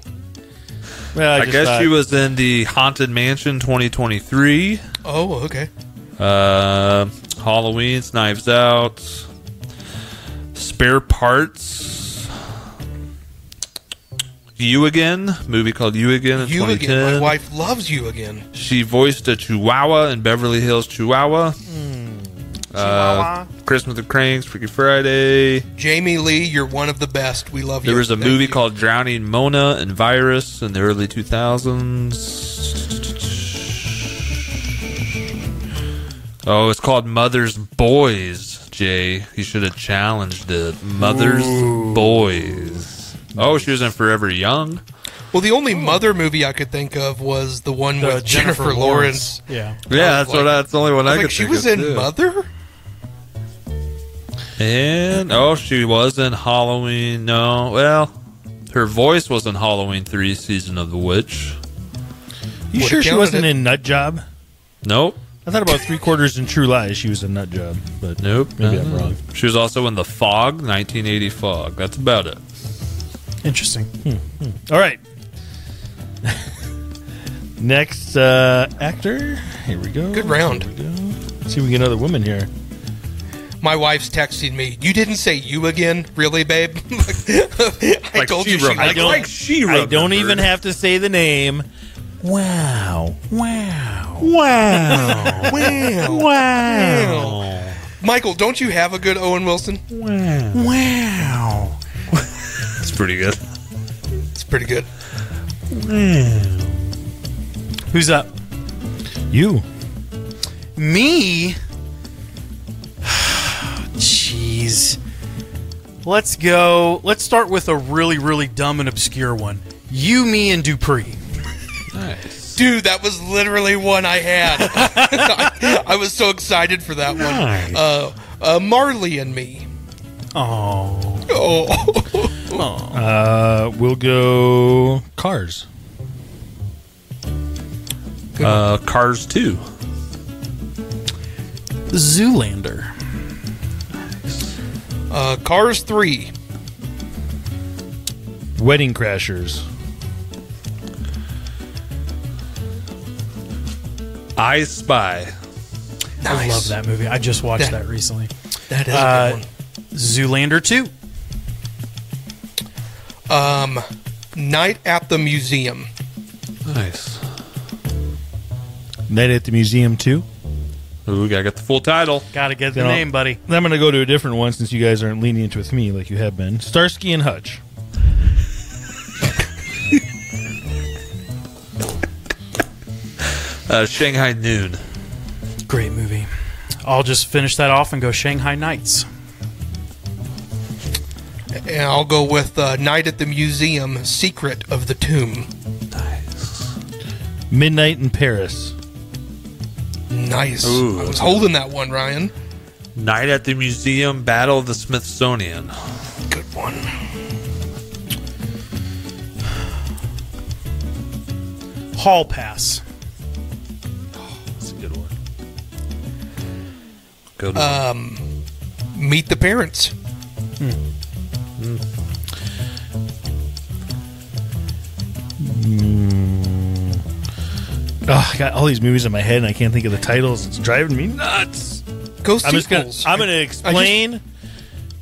Speaker 2: Well, I,
Speaker 5: I
Speaker 2: just
Speaker 5: guess
Speaker 2: thought-
Speaker 5: she was in the Haunted Mansion 2023.
Speaker 3: Oh, okay.
Speaker 5: Uh, Halloween's Knives Out. Spare Parts. You Again. Movie called You Again in
Speaker 3: You
Speaker 5: 2010.
Speaker 3: again. My wife loves you again.
Speaker 5: She voiced a Chihuahua in Beverly Hills, Chihuahua. Uh, Christmas with the Cranks, Freaky Friday.
Speaker 3: Jamie Lee, you're one of the best. We love you.
Speaker 5: There was a
Speaker 3: Thank
Speaker 5: movie
Speaker 3: you.
Speaker 5: called Drowning Mona and Virus in the early 2000s. Oh, it's called Mother's Boys, Jay. You should have challenged it. Mother's Boys. Oh, she was in Forever Young.
Speaker 3: Well, the only mother movie I could think of was the one
Speaker 1: The
Speaker 3: with Jennifer, Lawrence.
Speaker 1: Yeah.
Speaker 5: Yeah, that's
Speaker 3: like-
Speaker 5: what. That's the only one I,
Speaker 3: Like
Speaker 5: could
Speaker 3: she
Speaker 5: think
Speaker 3: was
Speaker 5: of,
Speaker 3: in
Speaker 5: too.
Speaker 3: Mother.
Speaker 5: And oh, she was in Halloween. No, well, her voice was in Halloween Three: Season of the Witch.
Speaker 2: You
Speaker 3: Would've
Speaker 2: sure she
Speaker 3: counted
Speaker 2: wasn't
Speaker 3: it.
Speaker 2: in Nut Job?
Speaker 5: Nope.
Speaker 2: I thought about three quarters in True Lies. She was a nut job, but
Speaker 5: Nope. Uh-huh.
Speaker 2: Maybe
Speaker 5: no,
Speaker 2: I'm
Speaker 5: no.
Speaker 2: wrong.
Speaker 5: She was also in The Fog, 1980 Fog. That's about it.
Speaker 1: Interesting.
Speaker 2: All right. [laughs] Next uh, actor. Here we go.
Speaker 3: Good round.
Speaker 2: Here we go. Let's see if we can get another woman here.
Speaker 3: My wife's texting me. You didn't say you again, really, babe? [laughs] I
Speaker 5: Like
Speaker 3: told
Speaker 5: she
Speaker 3: you she
Speaker 5: wrote- I
Speaker 2: I
Speaker 3: liked
Speaker 2: don't,
Speaker 5: like she
Speaker 2: I don't
Speaker 5: remembered.
Speaker 2: even have to say the name. Wow. Wow. Wow. wow. Wow.
Speaker 3: Michael, don't you have a good Owen Wilson?
Speaker 2: Wow.
Speaker 5: It's pretty good.
Speaker 3: It's pretty good.
Speaker 1: Who's up?
Speaker 2: You.
Speaker 1: Me. [sighs] Jeez. Let's go. Let's start with a really, really dumb and obscure one. You, me, and Dupree.
Speaker 5: Nice.
Speaker 3: Dude, that was literally one I had. [laughs] I, I was so excited for that one. Uh, uh, Marley and me.
Speaker 1: Oh.
Speaker 3: Oh, [laughs]
Speaker 2: Uh, we'll go Cars.
Speaker 5: Uh, Cars 2.
Speaker 1: Zoolander.
Speaker 3: uh, Cars 3.
Speaker 2: Wedding Crashers.
Speaker 5: I
Speaker 1: I
Speaker 5: Spy.
Speaker 1: love
Speaker 3: Nice.
Speaker 1: that movie. I just watched
Speaker 3: That-
Speaker 1: that recently.
Speaker 3: That is
Speaker 1: Uh,
Speaker 3: a good
Speaker 1: Zoolander 2.
Speaker 3: one. Um, Night at the Museum.
Speaker 5: Nice.
Speaker 2: Night at the Museum 2.
Speaker 5: Ooh, gotta get the full title.
Speaker 1: Gotta get the
Speaker 2: Then I'll-
Speaker 1: name, buddy.
Speaker 2: I'm going to go to a different one since you guys aren't lenient with me like you have been. Starsky and Hutch.
Speaker 5: Uh, Shanghai Noon.
Speaker 1: Great movie. I'll just finish that off and go Shanghai Nights.
Speaker 3: And I'll go with uh, Night at the Museum, Secret of the Tomb.
Speaker 2: Midnight in Paris.
Speaker 3: Nice.
Speaker 5: Ooh.
Speaker 3: I was holding that one, Ryan.
Speaker 5: Night at the Museum, Battle of the Smithsonian.
Speaker 3: Good one.
Speaker 1: Hall Pass.
Speaker 5: That's a good one. Good one.
Speaker 2: Uh,
Speaker 3: Meet the Parents.
Speaker 2: Oh, I got all these movies in my head and I can't think of the titles. It's driving me nuts.
Speaker 3: Go
Speaker 2: I'm just gonna
Speaker 3: sequels.
Speaker 2: I'm gonna
Speaker 3: I- I just-
Speaker 2: explain.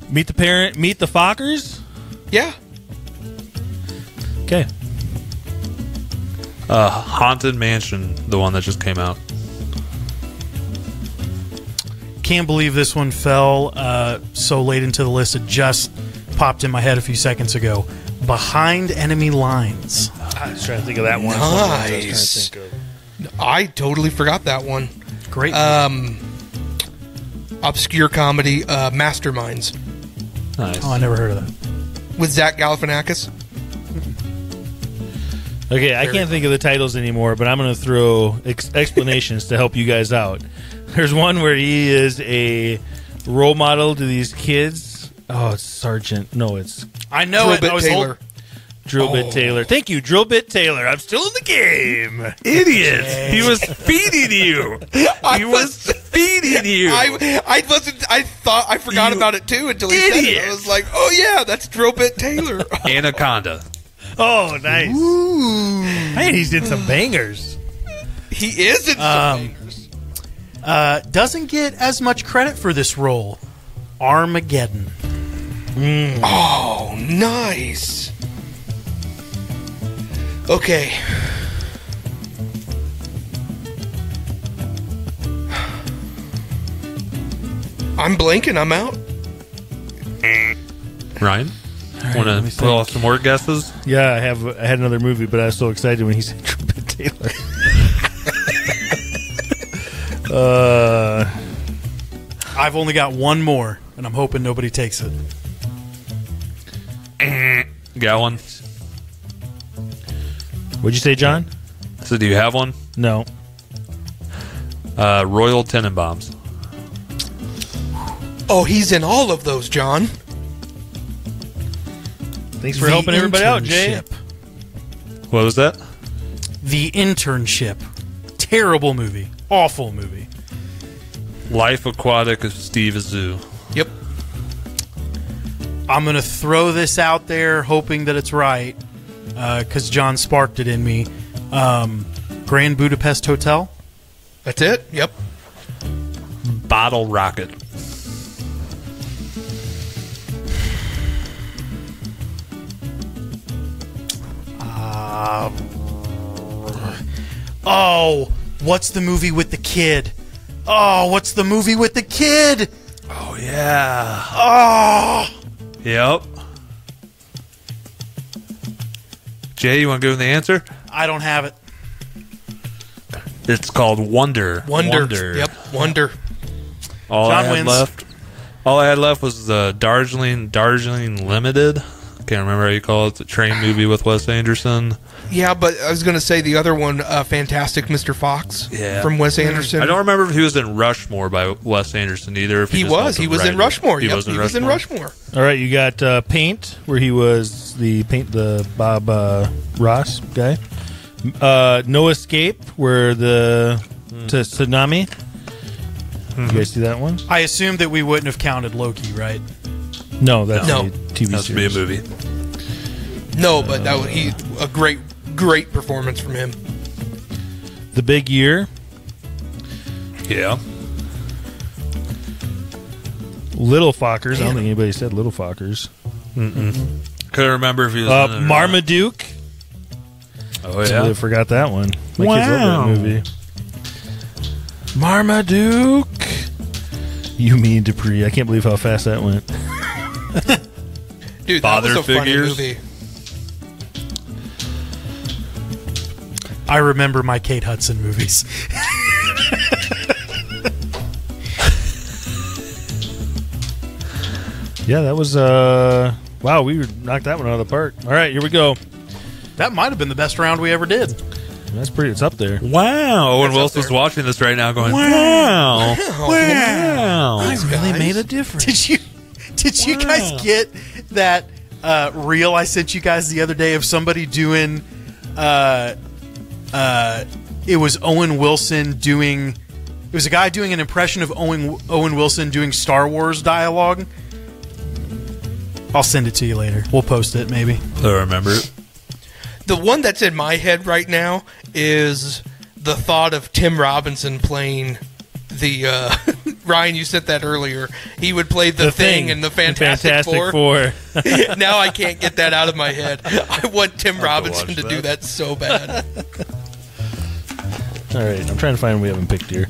Speaker 2: meet the parent. Meet the Fockers.
Speaker 3: yeah.
Speaker 2: Okay.
Speaker 5: uh, Haunted Mansion, the one that just came out.
Speaker 1: Can't believe this one fell uh, so late into the list. It just popped in my head a few seconds ago. Behind Enemy Lines.
Speaker 2: I was trying to think of that one.
Speaker 3: Nice. I totally forgot that one. Um,
Speaker 1: Great.
Speaker 3: Obscure comedy, uh, Masterminds
Speaker 5: Nice.
Speaker 1: oh, I never heard of that.
Speaker 3: with
Speaker 2: [laughs]
Speaker 3: Zach Galifianakis.
Speaker 2: Okay, I can't think of the titles anymore, but I'm going to throw ex- explanations to help you guys out. [laughs] There's one where he is a role model to these kids. Oh, it's Sergeant. No, it's
Speaker 1: I know
Speaker 3: Drillbit Taylor.
Speaker 1: Oh.
Speaker 2: Drillbit Taylor. Thank you, Drillbit Taylor. I'm still in the game. Idiot.
Speaker 5: He was feeding you.
Speaker 3: I
Speaker 5: He was feeding you.
Speaker 3: I, I wasn't. I thought I forgot
Speaker 5: You
Speaker 3: about it too until he said it.
Speaker 5: idiot.
Speaker 3: I was like, "Oh yeah, that's Drillbit Taylor."
Speaker 2: [laughs]
Speaker 5: Anaconda.
Speaker 2: [laughs] Oh, nice. Hey, he's did some bangers.
Speaker 3: he is
Speaker 2: Um,
Speaker 3: in some bangers.
Speaker 1: Uh, doesn't get as much credit for this role. Armageddon.
Speaker 3: Oh, nice. Okay. I'm blanking. I'm out.
Speaker 5: Ryan,
Speaker 2: let
Speaker 5: want
Speaker 2: me
Speaker 5: to pull off
Speaker 2: think.
Speaker 5: some more guesses?
Speaker 2: Yeah, I have. I had another movie, but I was so excited when he said Drillbit Taylor. uh,
Speaker 1: I've only got one more, and I'm hoping nobody takes it.
Speaker 5: Eh, Got one.
Speaker 2: what'd you say, John?
Speaker 5: So, do you have one?
Speaker 2: No.
Speaker 5: Uh, Royal Tenenbaums.
Speaker 3: Oh, he's in all of those, John.
Speaker 2: Thanks for
Speaker 1: The
Speaker 2: helping everybody out, Jay.
Speaker 1: Internship.
Speaker 5: What was that?
Speaker 1: The Internship. Terrible movie. Awful movie.
Speaker 5: Life Aquatic of Steve Zoo.
Speaker 3: Yep.
Speaker 1: I'm going to throw this out there, hoping that it's right, because John sparked it in me. Um, Grand Budapest Hotel.
Speaker 3: That's it. Yep.
Speaker 5: Bottle Rocket.
Speaker 1: Oh, what's the movie with the kid? Oh, what's the movie with the kid?
Speaker 5: Oh yeah.
Speaker 3: Ah!
Speaker 5: Oh. Yep. Jay, you want to give him the answer?
Speaker 1: I don't have it.
Speaker 5: It's called Wonder.
Speaker 3: Wonder. Yep. Wonder.
Speaker 5: All
Speaker 1: John
Speaker 5: I had
Speaker 1: wins.
Speaker 5: left. All I had left was the Darjeeling Darjeeling Limited. Can't remember how you call it. The
Speaker 3: [sighs]
Speaker 5: train movie with Wes Anderson.
Speaker 3: Yeah, but I was going to say the other one, uh, Fantastic Mr. Fox
Speaker 5: Yeah. Mm-hmm.
Speaker 3: from Wes Anderson.
Speaker 5: I don't remember if he was in Rushmore by Wes Anderson either. If
Speaker 3: he
Speaker 5: just
Speaker 3: was.
Speaker 5: helped
Speaker 3: He
Speaker 5: him
Speaker 3: was
Speaker 5: write
Speaker 3: in
Speaker 5: it.
Speaker 3: Rushmore.
Speaker 5: He
Speaker 3: yep,
Speaker 5: was in
Speaker 3: he was
Speaker 5: Rushmore.
Speaker 3: in Rushmore.
Speaker 2: All right, you got uh, Paint, where he was the paint the Bob uh, Ross guy. Uh, no Escape, where the to tsunami. You guys see that one?
Speaker 1: I assume that we wouldn't have counted Loki, right?
Speaker 2: No, that's
Speaker 3: No.
Speaker 2: a TV
Speaker 5: That's be a
Speaker 2: series.
Speaker 5: movie.
Speaker 3: No, but that was, he a great, great performance from him.
Speaker 2: The Big Year,
Speaker 5: Yeah.
Speaker 2: Little Fockers. I don't think anybody said Little Fockers.
Speaker 5: Couldn't remember if he was in it
Speaker 2: Uh,
Speaker 5: or not.
Speaker 2: Marmaduke.
Speaker 5: Oh
Speaker 2: I really
Speaker 5: yeah.
Speaker 2: forgot that one. My kids
Speaker 5: Wow.
Speaker 2: love that movie. Marmaduke. You mean Dupree? I can't believe how fast that went.
Speaker 3: Dude,
Speaker 5: Father
Speaker 3: that was a
Speaker 5: figures.
Speaker 3: funny movie.
Speaker 1: I remember my Kate Hudson movies. [laughs]
Speaker 2: Yeah, that was uh wow, we knocked that one out of the park. All right, here we go.
Speaker 1: that might have been the best round we ever did.
Speaker 2: That's pretty it's up there.
Speaker 5: Wow. Owen
Speaker 3: That's up
Speaker 5: Wilson's
Speaker 3: there.
Speaker 5: watching this right now, going wow. Wow.
Speaker 3: These guys.
Speaker 2: difference.
Speaker 1: Did you? Did you guys get that uh, reel I sent you guys the other day of somebody doing? Uh, uh, it was Owen Wilson doing. It was a guy doing an impression of Owen Owen Wilson doing Star Wars dialogue. I'll send it to you later. We'll post it maybe.
Speaker 5: I remember it.
Speaker 3: The one that's in my head right now is the thought of Tim Robinson playing the uh, [laughs] Ryan. You said that earlier. He would play the, thing, in the Fantastic, Four.
Speaker 2: Four.
Speaker 3: [laughs] now I can't get that out of my head. I want Tim Robinson
Speaker 5: watch
Speaker 3: to do that so bad.
Speaker 2: All right, I'm trying to find one we haven't picked here.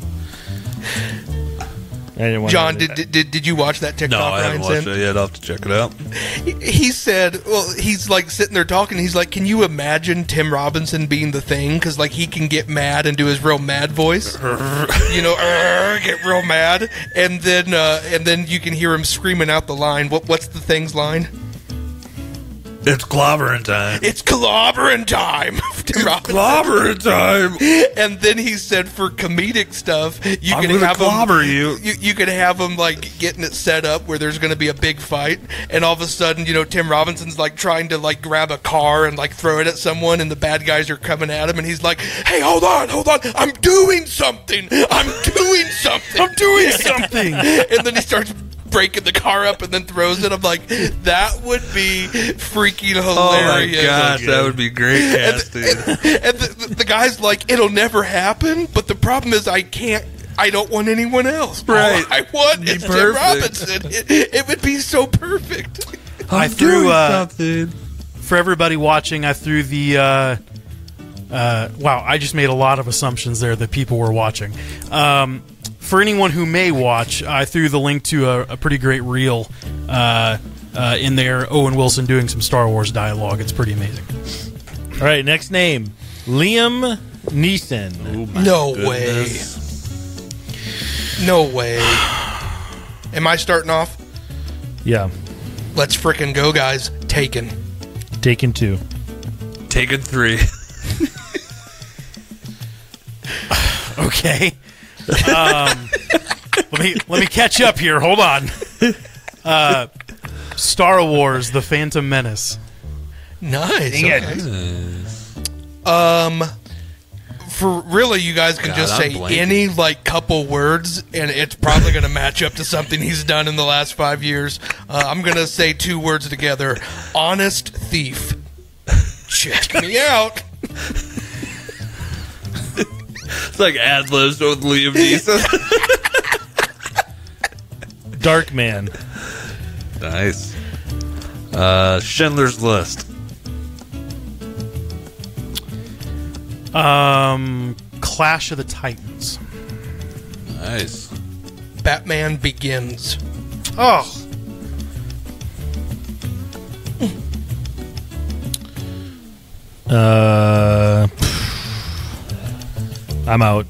Speaker 2: I didn't want
Speaker 3: John,
Speaker 2: to,
Speaker 3: did, did did did you watch that
Speaker 5: No,
Speaker 3: TikTok?
Speaker 5: I
Speaker 3: Ryan
Speaker 5: haven't watched
Speaker 3: sent?
Speaker 5: it yet. I'll have to check it out. [laughs]
Speaker 3: he said, well, he's like sitting there talking. He's like, can you imagine Tim Robinson being the thing? Because like he can get mad and do his real mad voice, you know, "Arr," get real mad, and then uh, and then you can hear him screaming out the line. What what's the thing's line?
Speaker 5: It's clobbering [laughs] time.
Speaker 3: It's clobbering time. [laughs] Tim Robinson.
Speaker 5: Clobbering time.
Speaker 3: [laughs] And then he said, for comedic stuff, you
Speaker 5: I'm
Speaker 3: can
Speaker 5: gonna
Speaker 3: have
Speaker 5: clobber
Speaker 3: him,
Speaker 5: you.
Speaker 3: you. You can have him like getting it set up where there's going to be a big fight, and all of a sudden, you know, Tim Robinson's like trying to like grab a car and like throw it at someone, and the bad guys are coming at him, and he's like, "Hey, hold on, hold on, I'm doing something, I'm doing something, I'm [laughs] doing something," and then he starts. Breaking the car up and then throws it. I'm like, that would be freaking
Speaker 5: Oh my
Speaker 3: hilarious
Speaker 5: gosh, that would be great casting.
Speaker 3: [laughs]
Speaker 5: [laughs]
Speaker 3: and the, the, the guy's like, "It'll never happen." But the problem is, I can't. I don't want anyone else. All
Speaker 5: Right.
Speaker 3: I want is Tim
Speaker 5: perfect.
Speaker 3: Robinson. [laughs] It, it would be so perfect.
Speaker 1: I threw uh,
Speaker 5: something.
Speaker 1: for everybody watching. I threw the. Uh, uh, wow, I just made a lot of assumptions there that people were watching. Um, for anyone who may watch, I threw the link to a, a pretty great reel uh, uh, in there. Owen Wilson doing some Star Wars dialogue. It's pretty amazing.
Speaker 2: All right, next name. Liam Neeson.
Speaker 3: No
Speaker 5: Goodness.
Speaker 3: way. No way. Am I starting off?
Speaker 2: Yeah.
Speaker 3: Let's frickin' go, guys. Taken.
Speaker 2: Taken two.
Speaker 5: Taken three. [laughs]
Speaker 1: Okay. Um, [laughs] let me let me catch up here. Hold on. Uh, Star Wars: The Phantom Menace.
Speaker 3: Nice. okay. Um, for really, you guys can
Speaker 5: God,
Speaker 3: just
Speaker 5: I'm
Speaker 3: say
Speaker 5: blanking.
Speaker 3: any like couple words, and it's probably going to match up to something he's done in the last five years. Uh, I'm going to say two words together: honest thief. Check me out.
Speaker 5: It's like ad libs with Liam Neeson.
Speaker 2: Dark Man.
Speaker 5: [laughs] nice. Uh, Schindler's List.
Speaker 1: Um, Clash of the Titans.
Speaker 5: Nice.
Speaker 3: Batman begins.
Speaker 1: Oh,
Speaker 2: Uh, I'm out.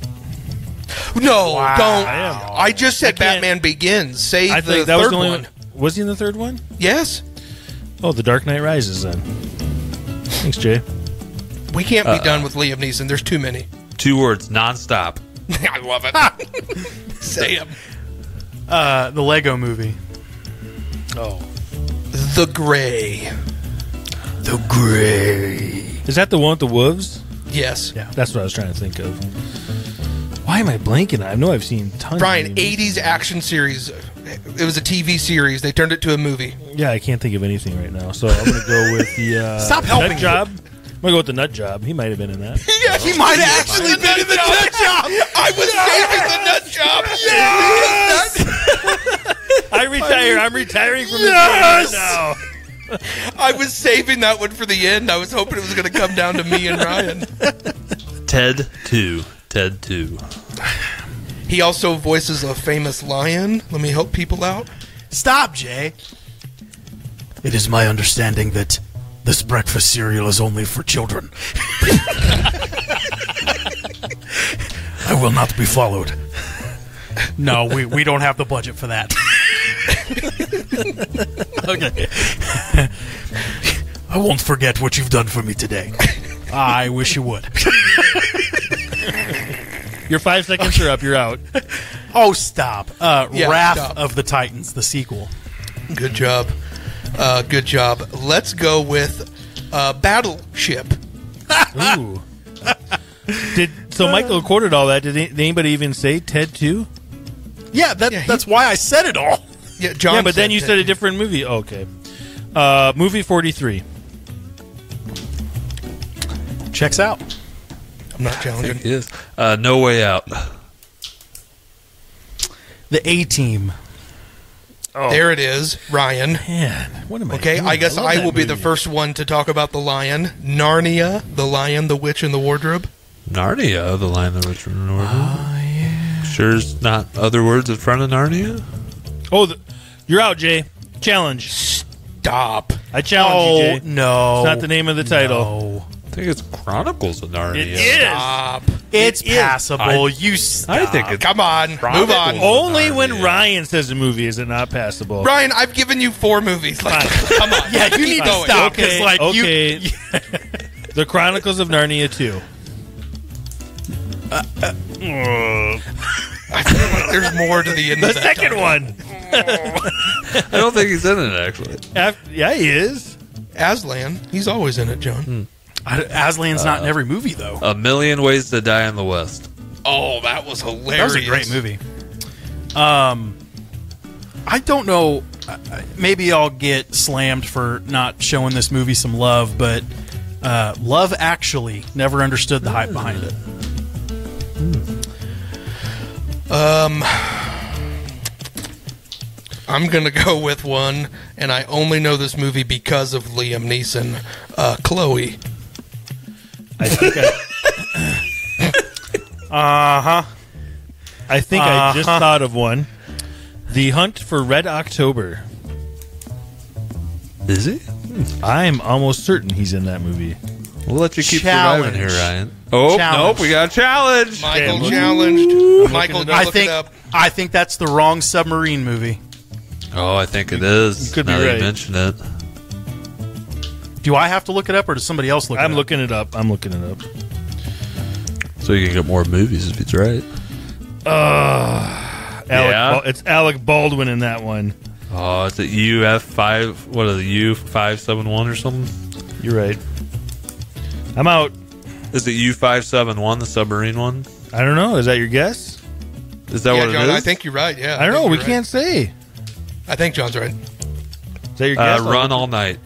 Speaker 3: No, don't.
Speaker 2: Wow.
Speaker 3: I just said
Speaker 2: can't-
Speaker 3: Batman begins. Say
Speaker 2: I
Speaker 3: the
Speaker 2: think that
Speaker 3: third
Speaker 2: was the only
Speaker 3: one.
Speaker 2: Was he in the third one?
Speaker 3: Yes,
Speaker 2: Oh, The Dark Knight Rises then. Thanks, Jay.
Speaker 3: we can't be
Speaker 5: Uh,
Speaker 3: done with Liam Neeson. There's too many. [laughs]
Speaker 5: Two words, nonstop.
Speaker 3: I love it. Say 'em.
Speaker 1: uh, the Lego Movie.
Speaker 3: The Gray.
Speaker 2: Is that the one with the wolves?
Speaker 3: Yes.
Speaker 2: That's what I was trying to think of. Why am I blanking? I know I've seen tons.
Speaker 3: Brian,
Speaker 2: of movies.
Speaker 3: 80s action series. It was a TV series. They turned it to a movie.
Speaker 2: Yeah, I can't think of anything right now, so I'm gonna go with the [laughs] uh,
Speaker 1: Stop helping me.
Speaker 2: nut job. I'm gonna go with the nut job. He might have been in that.
Speaker 3: Yes, he
Speaker 1: might have actually been in the nut job.
Speaker 3: I was saving the nut job. Yes!
Speaker 2: [laughs] I retire. I'm retiring from
Speaker 1: Yes!
Speaker 2: this game now.
Speaker 3: I was saving that one for the end. I was hoping it was going to come down to me and Ryan.
Speaker 5: Ted 2. Ted 2.
Speaker 3: He also voices a famous lion. Let me help people out.
Speaker 1: Stop, Jay. It is my understanding that this breakfast cereal is only for children. [laughs] I will not be followed. No, we, we don't have the budget for that. [laughs] okay. I won't forget what you've done for me today. I wish you would.
Speaker 2: Your five seconds are up. You're out.
Speaker 1: Oh, stop. Uh,
Speaker 3: Yeah,
Speaker 1: Wrath
Speaker 3: stop.
Speaker 1: of the Titans, the sequel.
Speaker 3: Good job. Uh, good job. Let's go with uh, Battleship.
Speaker 2: Ooh. Did so? Michael quoted all that. Did, any- did anybody even say Ted too?
Speaker 1: Yeah, that,
Speaker 3: Yeah, he-
Speaker 1: that's why I said it all.
Speaker 3: Yeah, John.
Speaker 2: yeah, but then you
Speaker 3: that.
Speaker 2: said a different movie. Oh, okay. Uh, movie 43.
Speaker 1: Checks out.
Speaker 3: I'm not challenging.
Speaker 5: Yes. Uh, no Way Out.
Speaker 1: The A Team. Oh.
Speaker 3: There it is, Ryan.
Speaker 2: Man, what am I
Speaker 3: Okay,
Speaker 2: doing?
Speaker 3: I guess
Speaker 2: love
Speaker 3: I,
Speaker 2: that
Speaker 3: will be the
Speaker 2: movie.
Speaker 3: first one to talk about the lion, Narnia, the lion, the witch, and the wardrobe.
Speaker 5: Narnia, the line that Richard Norton. Oh, yeah. Sure's not other words in front of Narnia?
Speaker 2: Oh, the, you're out, Jay. Challenge.
Speaker 3: Stop.
Speaker 2: I challenge you, Jay.
Speaker 1: no.
Speaker 2: It's not the name of the title.
Speaker 1: No.
Speaker 5: I think it's Chronicles of Narnia.
Speaker 2: It is
Speaker 3: Stop.
Speaker 1: It's
Speaker 2: It is.
Speaker 1: passable.
Speaker 5: I-
Speaker 1: you stop.
Speaker 5: I think it's
Speaker 3: Come on. Move on.
Speaker 5: Probable.
Speaker 2: only when
Speaker 5: Narnia.
Speaker 2: Ryan says a movie is it not passable.
Speaker 3: Ryan, I've given you four movies. Like, come on.
Speaker 1: Yeah, you
Speaker 3: Keep
Speaker 1: need to
Speaker 3: going.
Speaker 1: stop.
Speaker 2: Okay,
Speaker 1: 'cause, like, you-
Speaker 2: [laughs] okay. the Chronicles of Narnia 2.
Speaker 3: I feel like there's more to the end
Speaker 2: The
Speaker 3: of that
Speaker 2: second
Speaker 3: title.
Speaker 2: one.
Speaker 5: I don't think he's in it [laughs] actually.
Speaker 2: Af- yeah, he is.
Speaker 3: Aslan, he's always in it, John.
Speaker 2: Hmm.
Speaker 1: I- Aslan's not
Speaker 3: Uh,
Speaker 1: in every movie, though.
Speaker 5: A million ways to die in the West.
Speaker 3: Oh, that was
Speaker 1: that
Speaker 3: hilarious.
Speaker 1: was a great movie. Um, I don't know. I- I- Maybe I'll get slammed for not showing this movie some love, but uh, Love Actually never understood the hype behind it.
Speaker 3: I'm going to go with one, and I only know this movie because of Liam Neeson. Uh, Chloe.
Speaker 2: I [laughs] think I. Uh-huh.
Speaker 1: Uh huh.
Speaker 2: I think I just thought of one. The Hunt for Red October.
Speaker 5: Is he?
Speaker 2: I'm almost certain he's in that movie.
Speaker 5: We'll let you keep
Speaker 1: Challenge.
Speaker 5: surviving here, Ryan. Oh
Speaker 1: Challenge.
Speaker 5: nope, we got a challenge.
Speaker 3: Michael
Speaker 2: Okay, look-
Speaker 3: challenged. Michael,
Speaker 2: it
Speaker 3: you
Speaker 2: up.
Speaker 1: I
Speaker 3: look
Speaker 1: think
Speaker 3: it up.
Speaker 1: I think that's the wrong submarine movie.
Speaker 5: Oh, I think it is.
Speaker 2: you could be
Speaker 5: now that
Speaker 2: right.
Speaker 5: you mentioned it.
Speaker 1: Do I have to look it up, or does somebody else look?
Speaker 2: I'm
Speaker 1: it up?
Speaker 2: looking it up. I'm looking it up.
Speaker 5: So you can get more movies if it's right.
Speaker 2: Uh, Alec
Speaker 5: Yeah?
Speaker 2: Bal- it's Alec Baldwin in that one.
Speaker 5: Oh, it's the UF five what are the U five seven one or something?
Speaker 2: You're right. I'm out.
Speaker 5: Is it U five seven one, the submarine one?
Speaker 2: I don't know. Is that your guess?
Speaker 5: Is that
Speaker 3: yeah,
Speaker 5: what it
Speaker 3: John,
Speaker 5: is?
Speaker 3: I think you're right. Yeah,
Speaker 2: I don't know.
Speaker 3: think
Speaker 2: We
Speaker 3: you're right.
Speaker 2: can't say.
Speaker 3: I think John's right.
Speaker 2: Is that your
Speaker 5: uh,
Speaker 2: guess?
Speaker 5: run all night.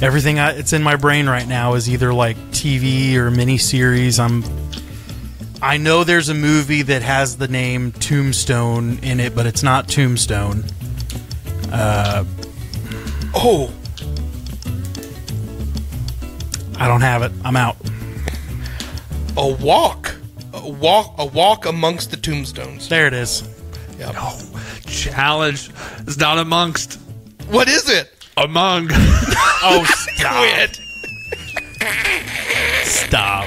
Speaker 1: Everything I, it's in my brain right now is either like TV or miniseries. I'm. I know there's a movie that has the name Tombstone in it, but it's not Tombstone.
Speaker 3: Oh,
Speaker 1: I don't have it. I'm out.
Speaker 3: a walk, a walk, a walk amongst the tombstones.
Speaker 1: There it is.
Speaker 3: Yeah.
Speaker 5: Oh, Challenge. It's not amongst.
Speaker 3: What is it?
Speaker 5: Among. [laughs]
Speaker 1: Oh,
Speaker 5: Ah.
Speaker 1: stop. stop.
Speaker 3: Quit.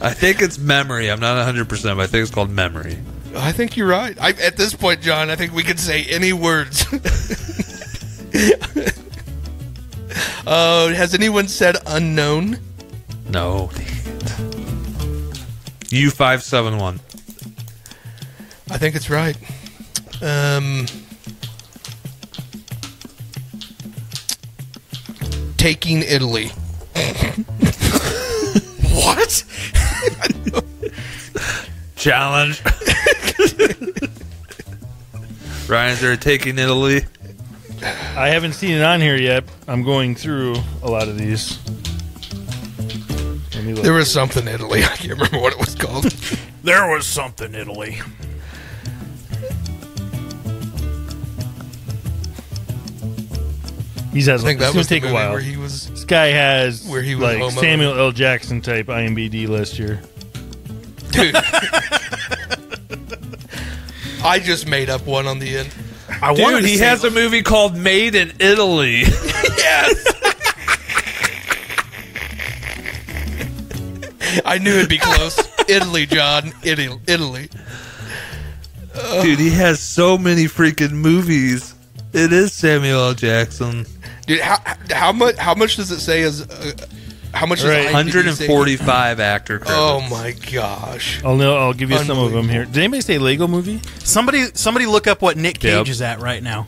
Speaker 5: I think it's memory. I'm not 100, percent but I think it's called memory.
Speaker 3: I think you're right. I, at this point, John, I think we can say any words. [laughs] uh, has anyone said unknown?
Speaker 5: No. U five seven one.
Speaker 3: I think it's right. Um, taking Italy. what?
Speaker 5: Challenge. [laughs] Ryan's there taking Italy.
Speaker 2: I haven't seen it on here yet. I'm going through a lot of these. Let me look.
Speaker 3: There was something Italy. I can't remember what it was called.
Speaker 1: There was something, Italy.
Speaker 2: He's has.
Speaker 3: I think
Speaker 2: it's
Speaker 3: that
Speaker 2: gonna
Speaker 3: was the
Speaker 2: take a
Speaker 3: movie
Speaker 2: while.
Speaker 3: where he was.
Speaker 2: this guy has
Speaker 3: where he was
Speaker 2: like
Speaker 3: homo.
Speaker 2: Samuel L. Jackson type IMBD list here.
Speaker 3: Dude. [laughs] I just made up one on the end.
Speaker 1: I wanted
Speaker 5: Dude,
Speaker 1: to
Speaker 5: he
Speaker 1: say-
Speaker 5: has a movie called Made in Italy.
Speaker 3: I knew it'd be close. Italy, John. Italy. Italy.
Speaker 5: Dude, he has so many freaking movies. It is Samuel L. Jackson.
Speaker 3: Dude, how, how much? How much does it say? Is uh, how much?
Speaker 2: Right.
Speaker 3: Does IMDb say?
Speaker 5: 145 actor credits.
Speaker 3: Oh my gosh.
Speaker 2: I'll know. I'll give you some of them here. Did anybody say Lego Movie?
Speaker 1: somebody. Somebody look up what Nick Cage
Speaker 5: Yep.
Speaker 1: is at right now.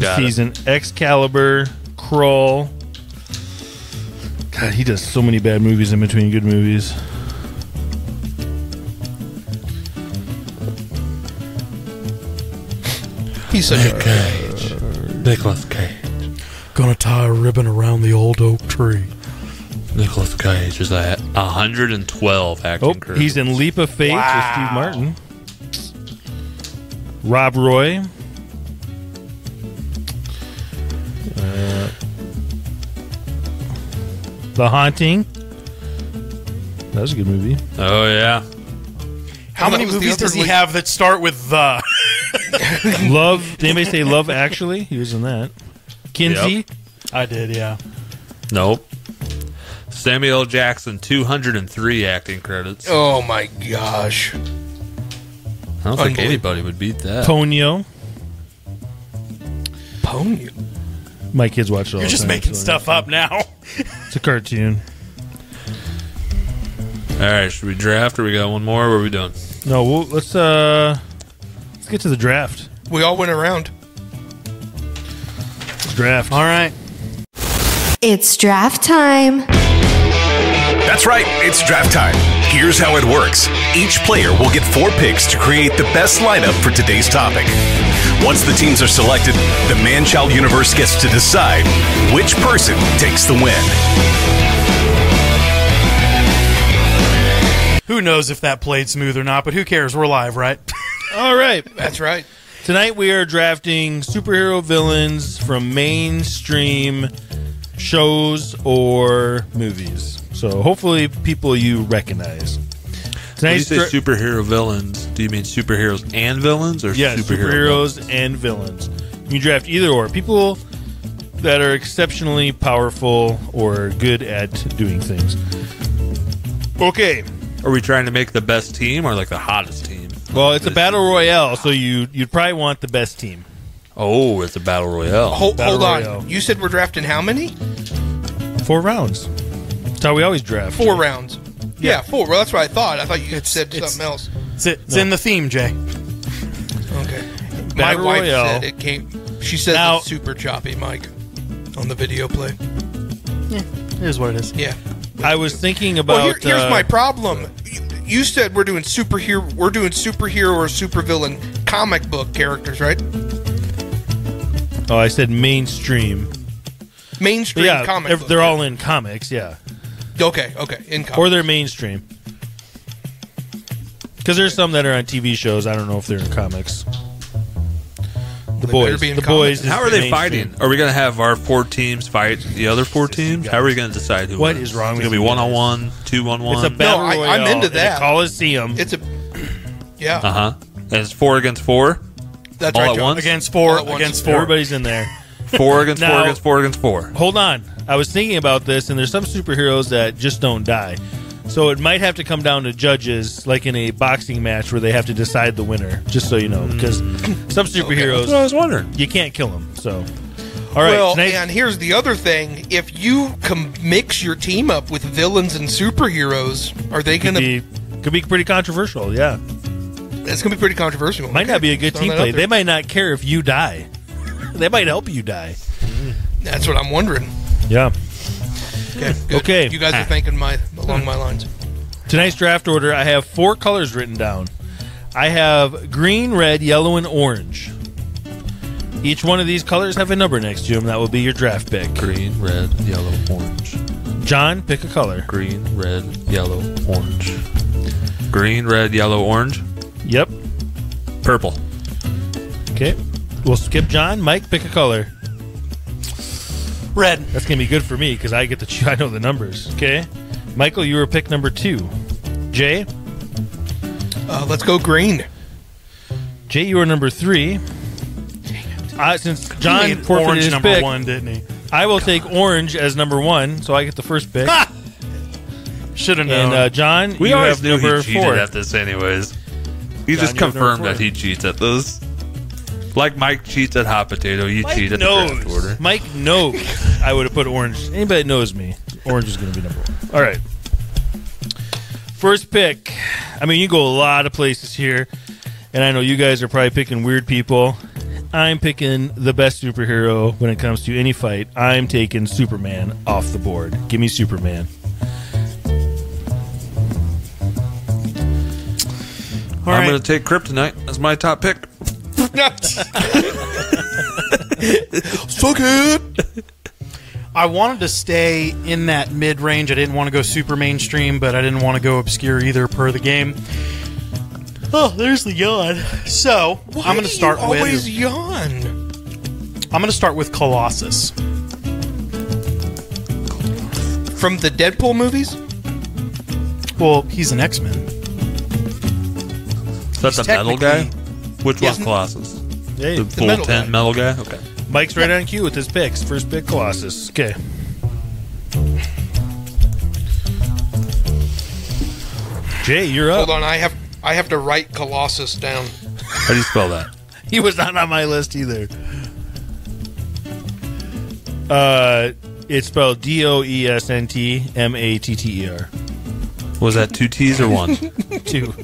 Speaker 5: Got it.
Speaker 2: He's an Excalibur, Crawl. God, he does so many bad movies in between good movies.
Speaker 3: He's such a
Speaker 5: Nicholas Cage.
Speaker 1: Gonna tie a ribbon around the old oak tree.
Speaker 5: Nicholas Cage is at 112 acting
Speaker 2: Oh,
Speaker 5: credits.
Speaker 2: he's in Leap of Faith with Steve Martin. Rob Roy. Uh, the Haunting. That was a good movie.
Speaker 5: oh yeah.
Speaker 1: How many
Speaker 3: That was the
Speaker 1: movies
Speaker 3: other
Speaker 1: does he
Speaker 3: link.
Speaker 1: have that start with the?
Speaker 2: Love. Did anybody say Love Actually? He was in that. Kinsey.
Speaker 5: Yep.
Speaker 1: I did, yeah.
Speaker 5: Nope. Samuel L. Jackson, 203 acting credits.
Speaker 3: Oh my gosh.
Speaker 5: I don't think
Speaker 3: Unbelievable.
Speaker 5: anybody would beat that.
Speaker 2: Tonio.
Speaker 3: Pony.
Speaker 2: My kids watch it all
Speaker 1: You're
Speaker 2: the
Speaker 1: just
Speaker 2: time,
Speaker 1: making
Speaker 2: so
Speaker 1: stuff up now.
Speaker 2: It's a cartoon.
Speaker 5: All right, should we draft or we got one more? What are we doing?
Speaker 2: No, we'll, let's uh, let's get to the draft.
Speaker 3: We all went around.
Speaker 2: Draft.
Speaker 1: All right.
Speaker 7: It's draft time.
Speaker 4: That's right, it's draft time. Here's how it works each player will get four picks to create the best lineup for today's topic. Once the teams are selected, the Man Child universe gets to decide which person takes the win.
Speaker 1: Who knows if that played smooth or not, but who cares? We're live, right?
Speaker 2: All right.
Speaker 3: That's right.
Speaker 2: Tonight we are drafting superhero villains from mainstream shows or movies. So hopefully people you recognize.
Speaker 5: When you
Speaker 2: Tonight's
Speaker 5: say
Speaker 2: dra-
Speaker 5: superhero villains, do you mean superheroes and villains or
Speaker 2: yeah, superheroes and villains. You can draft either or people that are exceptionally powerful or good at doing things. Okay.
Speaker 5: villains? Are we trying to make the best team or like the hottest team?
Speaker 2: Well, it's a battle royale, so you you'd probably want the best team.
Speaker 5: Oh, it's a battle royale.
Speaker 3: Hold,
Speaker 2: Battle
Speaker 3: hold
Speaker 2: Royale.
Speaker 3: on. You said we're drafting how many?
Speaker 2: Four rounds. That's how we always draft.
Speaker 3: Four rounds. Yeah, four. Well, that's what I thought. I thought you had
Speaker 1: It's-
Speaker 3: said
Speaker 1: it's-
Speaker 3: something else.
Speaker 1: It's, it's in the theme, Jay.
Speaker 3: Okay. My
Speaker 2: Battle
Speaker 3: wife
Speaker 2: Royale.
Speaker 3: said it came. She says
Speaker 2: Now-
Speaker 3: it's super choppy, Mike, on the video play.
Speaker 1: It is what it is.
Speaker 3: Yeah.
Speaker 2: I was thinking about.
Speaker 3: Well, here, here's
Speaker 2: uh,
Speaker 3: my problem. You, you said we're doing superhero, we're doing superhero or supervillain comic book characters, right?
Speaker 2: oh, I said mainstream.
Speaker 3: Mainstream
Speaker 2: yeah,
Speaker 3: comic.
Speaker 2: ev-
Speaker 3: book.
Speaker 2: they're all in comics. Yeah,
Speaker 3: okay, okay, in comic.
Speaker 2: or they're mainstream. Because there's some that are on TV shows. I don't know if they're in comics. The
Speaker 3: They better
Speaker 2: boys.
Speaker 3: be in
Speaker 2: the
Speaker 3: comics.
Speaker 2: boys. is
Speaker 5: How are
Speaker 2: the
Speaker 5: they
Speaker 2: mainstream.
Speaker 5: fighting? Are we going to have our four teams fight the other four teams? How are we going to decide who?
Speaker 2: What
Speaker 5: wins?
Speaker 2: is wrong
Speaker 5: It's
Speaker 2: with
Speaker 5: going to
Speaker 2: you
Speaker 5: be one on
Speaker 2: guys?
Speaker 5: one, two on one.
Speaker 2: It's a battle
Speaker 3: I- I'm
Speaker 2: royale
Speaker 3: into
Speaker 2: in a
Speaker 3: that.
Speaker 2: Coliseum
Speaker 3: it's a [clears throat] yeah.
Speaker 5: Uh huh. And it's four against four.
Speaker 3: that's
Speaker 5: all
Speaker 3: right.
Speaker 5: at
Speaker 3: John.
Speaker 5: once?
Speaker 1: Against four,
Speaker 3: All at once.
Speaker 1: against four.
Speaker 2: Everybody's in there. [laughs]
Speaker 5: Four against four
Speaker 2: Now-
Speaker 5: against four against four.
Speaker 2: Hold on. I was thinking about this, and there's some superheroes that just don't die. So it might have to come down to judges, like in a boxing match where they have to decide the winner. Just so you know, because some
Speaker 5: That's what I
Speaker 2: superheroes
Speaker 5: was wondering.
Speaker 2: you can't kill them. So, all right,
Speaker 3: well,
Speaker 2: tonight's-
Speaker 3: and here's the other thing: if you com- mix your team up with villains and superheroes, are they
Speaker 2: could
Speaker 3: going to?
Speaker 2: be could be pretty controversial. Yeah,
Speaker 3: That's going to be pretty controversial.
Speaker 2: might not be a
Speaker 3: Okay,
Speaker 2: good team
Speaker 3: throwing that out
Speaker 2: play.
Speaker 3: there.
Speaker 2: They might not care if you die. [laughs] They might help you die.
Speaker 3: That's what I'm wondering.
Speaker 2: Yeah.
Speaker 3: Okay,
Speaker 2: [laughs]
Speaker 3: good.
Speaker 2: Okay.
Speaker 3: You guys are thinking my along my lines.
Speaker 2: Tonight's draft order, I have four colors written down. I have green, red, yellow, and orange. Each one of these colors have a number next to them. That will be your draft pick.
Speaker 5: Green, red, yellow, orange.
Speaker 2: John, pick a color.
Speaker 5: Green, red, yellow, orange. Green, red, yellow, orange.
Speaker 2: Yep.
Speaker 5: Purple.
Speaker 2: Okay. We'll skip John. Mike, pick a color.
Speaker 1: Red.
Speaker 2: That's gonna be good for me because I get to [laughs] choose. I know the numbers. Okay. Michael, you were pick number two. Jay,
Speaker 3: Uh, let's go green.
Speaker 2: Jay, you were number three. I, since
Speaker 1: He
Speaker 2: John
Speaker 1: made
Speaker 2: forfeited
Speaker 1: orange
Speaker 2: his
Speaker 1: number
Speaker 2: pick,
Speaker 1: one, didn't [laughs] he?
Speaker 2: I will take orange as number one, so I get the
Speaker 1: [laughs]
Speaker 2: first pick.
Speaker 1: Should have known.
Speaker 2: And uh, John,
Speaker 5: We
Speaker 2: you
Speaker 5: always
Speaker 2: have
Speaker 5: knew
Speaker 2: number
Speaker 5: he cheated
Speaker 2: four.
Speaker 5: at this, anyways. He just
Speaker 2: you have number
Speaker 5: confirmed
Speaker 2: four.
Speaker 5: that he cheats at this. Like Mike cheats at hot potato, you cheat at the draft order.
Speaker 2: Mike knows. I would have put orange. Anybody that knows me, orange is going to be number one. All right. First pick. I mean, you go a lot of places here, and I know you guys are probably picking weird people. I'm picking the best superhero when it comes to any fight. I'm taking Superman off the board. Give me Superman.
Speaker 1: All
Speaker 5: I'm
Speaker 1: right.
Speaker 5: going to take Kryptonite as my top pick.
Speaker 3: so good.
Speaker 1: I wanted to stay in that mid range. I didn't want to go super mainstream, but I didn't want to go obscure either per the game. Oh, there's the yawn. So I'm going to start
Speaker 3: you always
Speaker 1: with
Speaker 3: yawn.
Speaker 1: I'm going to start with Colossus.
Speaker 3: From the Deadpool movies?
Speaker 1: Well, he's an X Men.
Speaker 5: Is that the metal guy? Which one's Colossus?
Speaker 2: Hey,
Speaker 5: The full
Speaker 3: metal
Speaker 5: 10
Speaker 3: guy.
Speaker 5: metal guy? Okay.
Speaker 2: Mike's right on cue with his picks. First pick, Colossus. Okay. Jay, you're up.
Speaker 3: Hold on, I have I have to write Colossus down.
Speaker 5: How do you spell that?
Speaker 2: [laughs] He was not on my list either. Uh, it's spelled D O E S N T M A T T E R.
Speaker 5: Was that two T's or one?
Speaker 2: Two.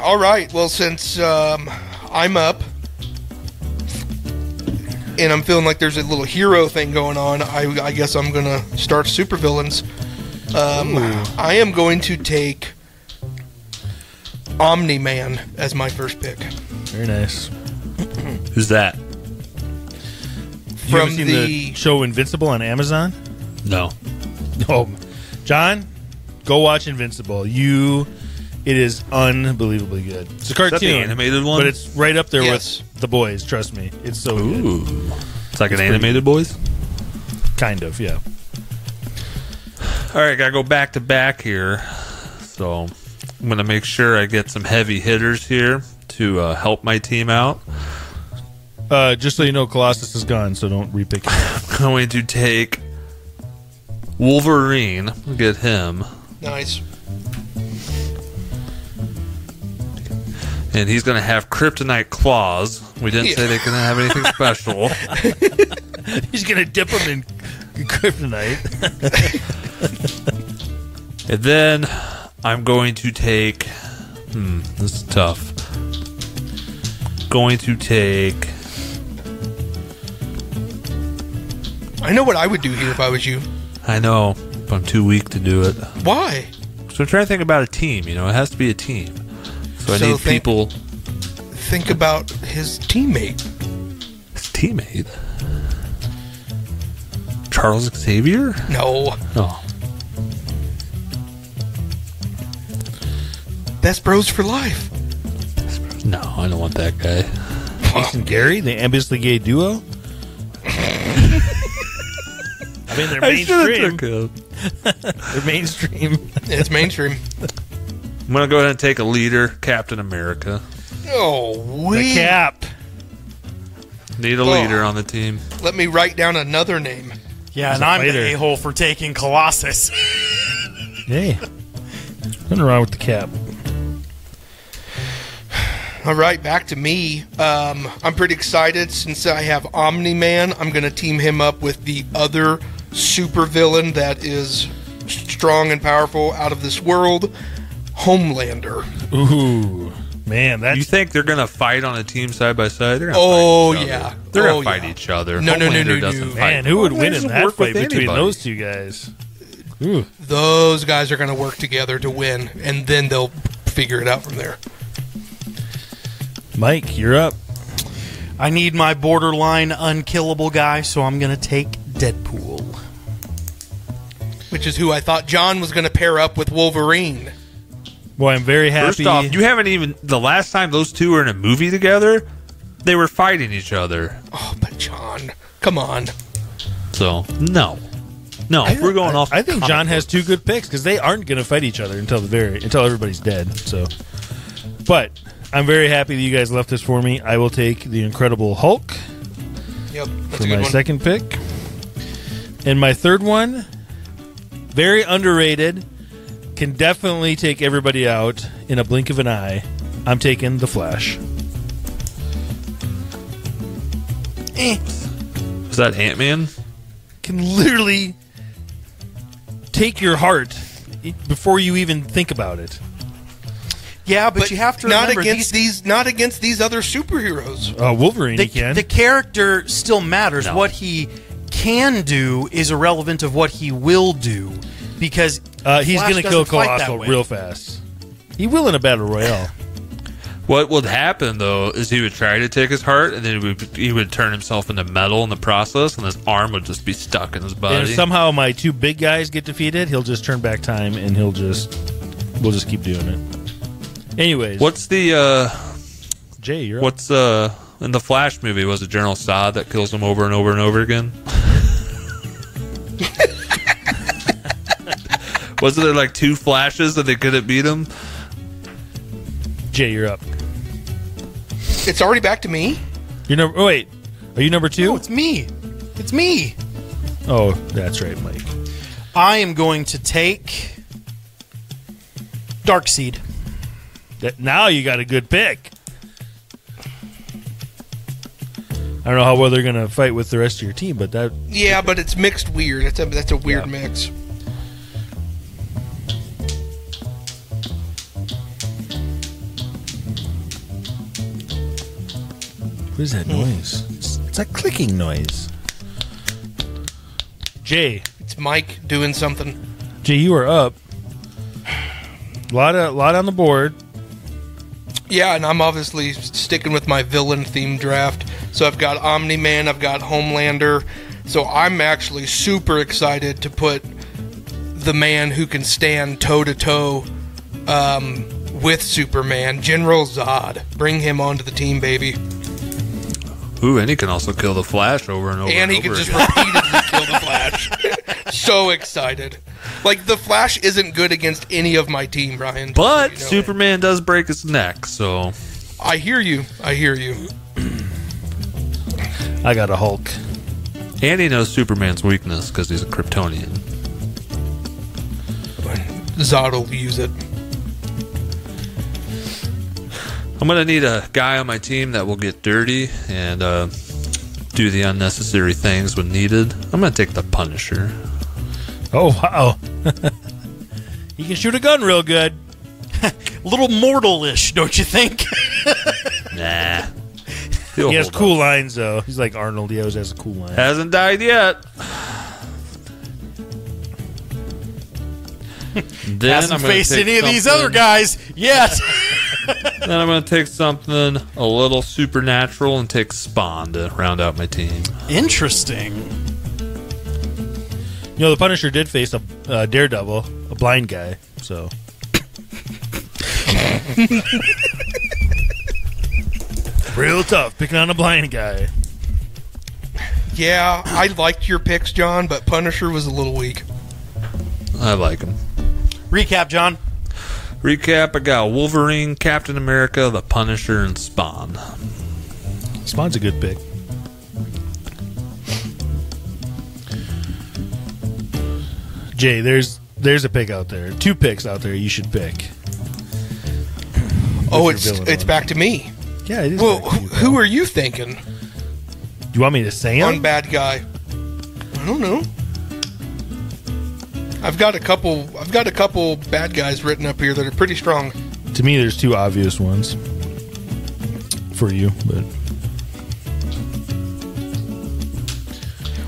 Speaker 3: All right. Well, since um, I'm up and I'm feeling like there's a little hero thing going on, I, I guess I'm gonna start supervillains. Um, I am going to take Omni Man as my first pick
Speaker 2: Very nice.
Speaker 5: Who's that?
Speaker 2: You ever
Speaker 3: from
Speaker 2: seen
Speaker 3: the.
Speaker 2: show Invincible on Amazon?
Speaker 5: No.
Speaker 2: No. John, go watch Invincible. You, it is unbelievably good. It's a cartoon,
Speaker 5: that the animated one?
Speaker 2: but it's right up there
Speaker 3: Yes.
Speaker 2: with the boys. Trust me, it's so good.
Speaker 5: Ooh. It's like an animated boys?
Speaker 2: Kind of, yeah.
Speaker 5: All right, gotta go back to back here. So I'm gonna make sure I get some heavy hitters here to uh, help my team out. [laughs]
Speaker 2: Uh, just so you know, Colossus is gone, so don't repick. it.
Speaker 5: I'm going to take Wolverine. Get him,
Speaker 3: Nice.
Speaker 5: and he's gonna have kryptonite claws. We didn't say they couldn't have anything special.
Speaker 2: He's gonna dip [laughs] him in kryptonite.
Speaker 5: And then I'm going to take Hmm, this is tough. Going to take.
Speaker 3: I know what I would do here if I was you.
Speaker 5: I know, but I'm too weak to do it.
Speaker 3: Why?
Speaker 5: So I'm trying to think about a team. You know, it has to be a team. So I
Speaker 3: So
Speaker 5: need
Speaker 3: think-
Speaker 5: people.
Speaker 3: Think about his teammate.
Speaker 5: His teammate, Charles Xavier.
Speaker 3: No,
Speaker 5: Oh,
Speaker 3: that's bros for life.
Speaker 5: no, I don't want that guy.
Speaker 2: Jason Gary, the ambitiously gay [laughs] duo. I mean, they're mainstream.
Speaker 5: him.
Speaker 2: They're mainstream. [laughs]
Speaker 3: It's mainstream.
Speaker 5: I'm gonna go ahead and take a leader, Captain America.
Speaker 3: Oh,
Speaker 2: The
Speaker 3: we.
Speaker 2: cap.
Speaker 5: Need a
Speaker 3: Oh.
Speaker 5: leader on the team.
Speaker 3: Let me write down another name.
Speaker 1: Yeah, and
Speaker 2: that
Speaker 1: I'm
Speaker 2: later?
Speaker 1: the a hole for taking Colossus.
Speaker 2: Hey, nothing wrong with the cap.
Speaker 3: All right, back to me. Um, I'm pretty excited since I have Omni Man. I'm going to team him up with the other supervillain that is strong and powerful out of this world, Homelander.
Speaker 2: Ooh, man, that's
Speaker 5: You think they're gonna fight on a team side by side? They're gonna
Speaker 3: Oh,
Speaker 5: fight each
Speaker 3: yeah.
Speaker 5: other. they're gonna
Speaker 3: Oh,
Speaker 5: fight
Speaker 3: yeah.
Speaker 5: each other.
Speaker 3: No, no, no,
Speaker 5: Homelander
Speaker 3: no, no.
Speaker 5: doesn't fight.
Speaker 2: man. Who would win
Speaker 5: Homelander
Speaker 2: in
Speaker 5: doesn't
Speaker 2: that
Speaker 5: work
Speaker 2: fight
Speaker 5: with
Speaker 2: between
Speaker 5: anybody.
Speaker 2: those two guys? Ooh,
Speaker 3: Those guys are going to work together to win, and then they'll figure it out from there.
Speaker 2: Mike, you're up.
Speaker 1: I need my borderline unkillable guy, so I'm going to take Deadpool.
Speaker 3: Which is who I thought John was going to pair up with Wolverine.
Speaker 2: Boy, I'm very happy.
Speaker 5: First off, you haven't even the last time those two were in a movie together, they were fighting each other.
Speaker 3: Oh, but John, come on.
Speaker 5: So no, no, if we're going
Speaker 2: I,
Speaker 5: off.
Speaker 2: I think
Speaker 5: comic
Speaker 2: John has
Speaker 5: books.
Speaker 2: two good picks because they aren't going to fight each other until the very until everybody's dead. So, but I'm very happy that you guys left this for me. I will take the Incredible Hulk
Speaker 3: Yep, that's
Speaker 2: for my
Speaker 3: a good one.
Speaker 2: second pick, and my third one, very underrated, can definitely take everybody out in a blink of an eye. I'm taking the Flash.
Speaker 3: Eh.
Speaker 5: Is that Ant Man?
Speaker 2: Can literally take your heart before you even think about it.
Speaker 1: Yeah, but, you have to
Speaker 3: not
Speaker 1: remember
Speaker 3: against
Speaker 1: these,
Speaker 3: these, not against these other superheroes.
Speaker 2: Uh, Wolverine,
Speaker 1: the,
Speaker 2: he can.
Speaker 1: the character still matters.
Speaker 5: No.
Speaker 1: What he can do is irrelevant of what he will do because
Speaker 2: Uh, he's
Speaker 1: Flash
Speaker 2: going to kill
Speaker 1: doesn't fight that
Speaker 2: Colossal
Speaker 1: way.
Speaker 2: real fast. He will in a battle [laughs] royale.
Speaker 5: What would happen though is he would try to take his heart, and then he would, he would turn himself into metal in the process, and his arm would just be stuck in his
Speaker 2: and
Speaker 5: body.
Speaker 2: if somehow my two big guys get defeated, he'll just turn back time and he'll just we'll just keep doing it. Anyways,
Speaker 5: What's the uh,
Speaker 2: Jay? You're what?
Speaker 5: what's uh in the Flash movie? Was it General Zod that kills him over and over and over again? [laughs] Wasn't there like two flashes that they couldn't beat him?
Speaker 2: Jay, you're up.
Speaker 3: It's already back to me.
Speaker 2: You're number. Oh, wait, are you number
Speaker 1: no,
Speaker 2: two?
Speaker 1: it's me. It's me.
Speaker 2: Oh, that's right, Mike.
Speaker 1: I am going to take Darkseid.
Speaker 2: That, now you got a good pick. I don't know how well they're going to fight with the rest of your team, but that
Speaker 3: Yeah, but it's mixed weird. It's a, that's a weird mix.
Speaker 2: what is that noise? It's, it's a clicking noise. Jay,
Speaker 3: It's Mike doing something.
Speaker 2: Jay, you are up. Lot of lot on the board.
Speaker 3: Yeah, and I'm obviously sticking with my villain theme draft. So I've got Omni Man, I've got Homelander. So I'm actually super excited to put the man who can stand toe to toe with Superman, General Zod. Bring him onto the team, baby.
Speaker 5: Ooh, and he can also kill the Flash over and over.
Speaker 3: and he
Speaker 5: over
Speaker 3: can just
Speaker 5: again.
Speaker 3: repeatedly kill
Speaker 5: [laughs]
Speaker 3: the Flash. so excited. Like the Flash isn't good against any of my team, Ryan. just so
Speaker 5: But
Speaker 3: you know.
Speaker 5: Superman does break his neck, so
Speaker 3: I hear you. I hear you.
Speaker 2: I got a Hulk.
Speaker 5: and he knows Superman's weakness because he's a Kryptonian.
Speaker 3: Zod will use it.
Speaker 5: I'm gonna need a guy on my team that will get dirty and uh, do the unnecessary things when needed. I'm gonna take the Punisher.
Speaker 2: [laughs] Oh wow. he can shoot a gun real good.
Speaker 1: little mortal-ish, don't you
Speaker 5: [laughs]
Speaker 1: think?
Speaker 5: Nah. He'll
Speaker 2: He has
Speaker 5: hold
Speaker 2: cool
Speaker 5: up.
Speaker 2: lines though. He's like Arnold. He always has a cool line.
Speaker 5: Hasn't died yet. then
Speaker 1: Hasn't
Speaker 5: I'm gonna
Speaker 1: faced
Speaker 5: take
Speaker 1: any of these
Speaker 5: something-
Speaker 1: other guys yet. [laughs]
Speaker 5: Then I'm going to take something a little supernatural and take Spawn to round out my team.
Speaker 1: Interesting.
Speaker 2: You know, the Punisher did face a uh, daredevil, a blind guy. So real tough picking on a blind guy.
Speaker 3: Yeah, I liked your picks, John, but Punisher was a little weak.
Speaker 5: I like him.
Speaker 1: Recap, John.
Speaker 5: Recap I got Wolverine, Captain America, The Punisher, and Spawn.
Speaker 2: Spawn's a good pick. Jay, there's there's a pick out there. Two picks out there you should pick.
Speaker 3: Oh,
Speaker 2: your
Speaker 3: it's
Speaker 2: villain
Speaker 3: it's
Speaker 2: on.
Speaker 3: back to me.
Speaker 2: Yeah, it is.
Speaker 3: Well,
Speaker 2: back to you,
Speaker 3: who
Speaker 2: pal.
Speaker 3: are you thinking?
Speaker 2: you want me to say
Speaker 3: One
Speaker 2: him?
Speaker 3: bad guy. I don't know. I've got a couple. I've got a couple bad guys written up here that are pretty strong.
Speaker 2: To me, there's two obvious ones for you, but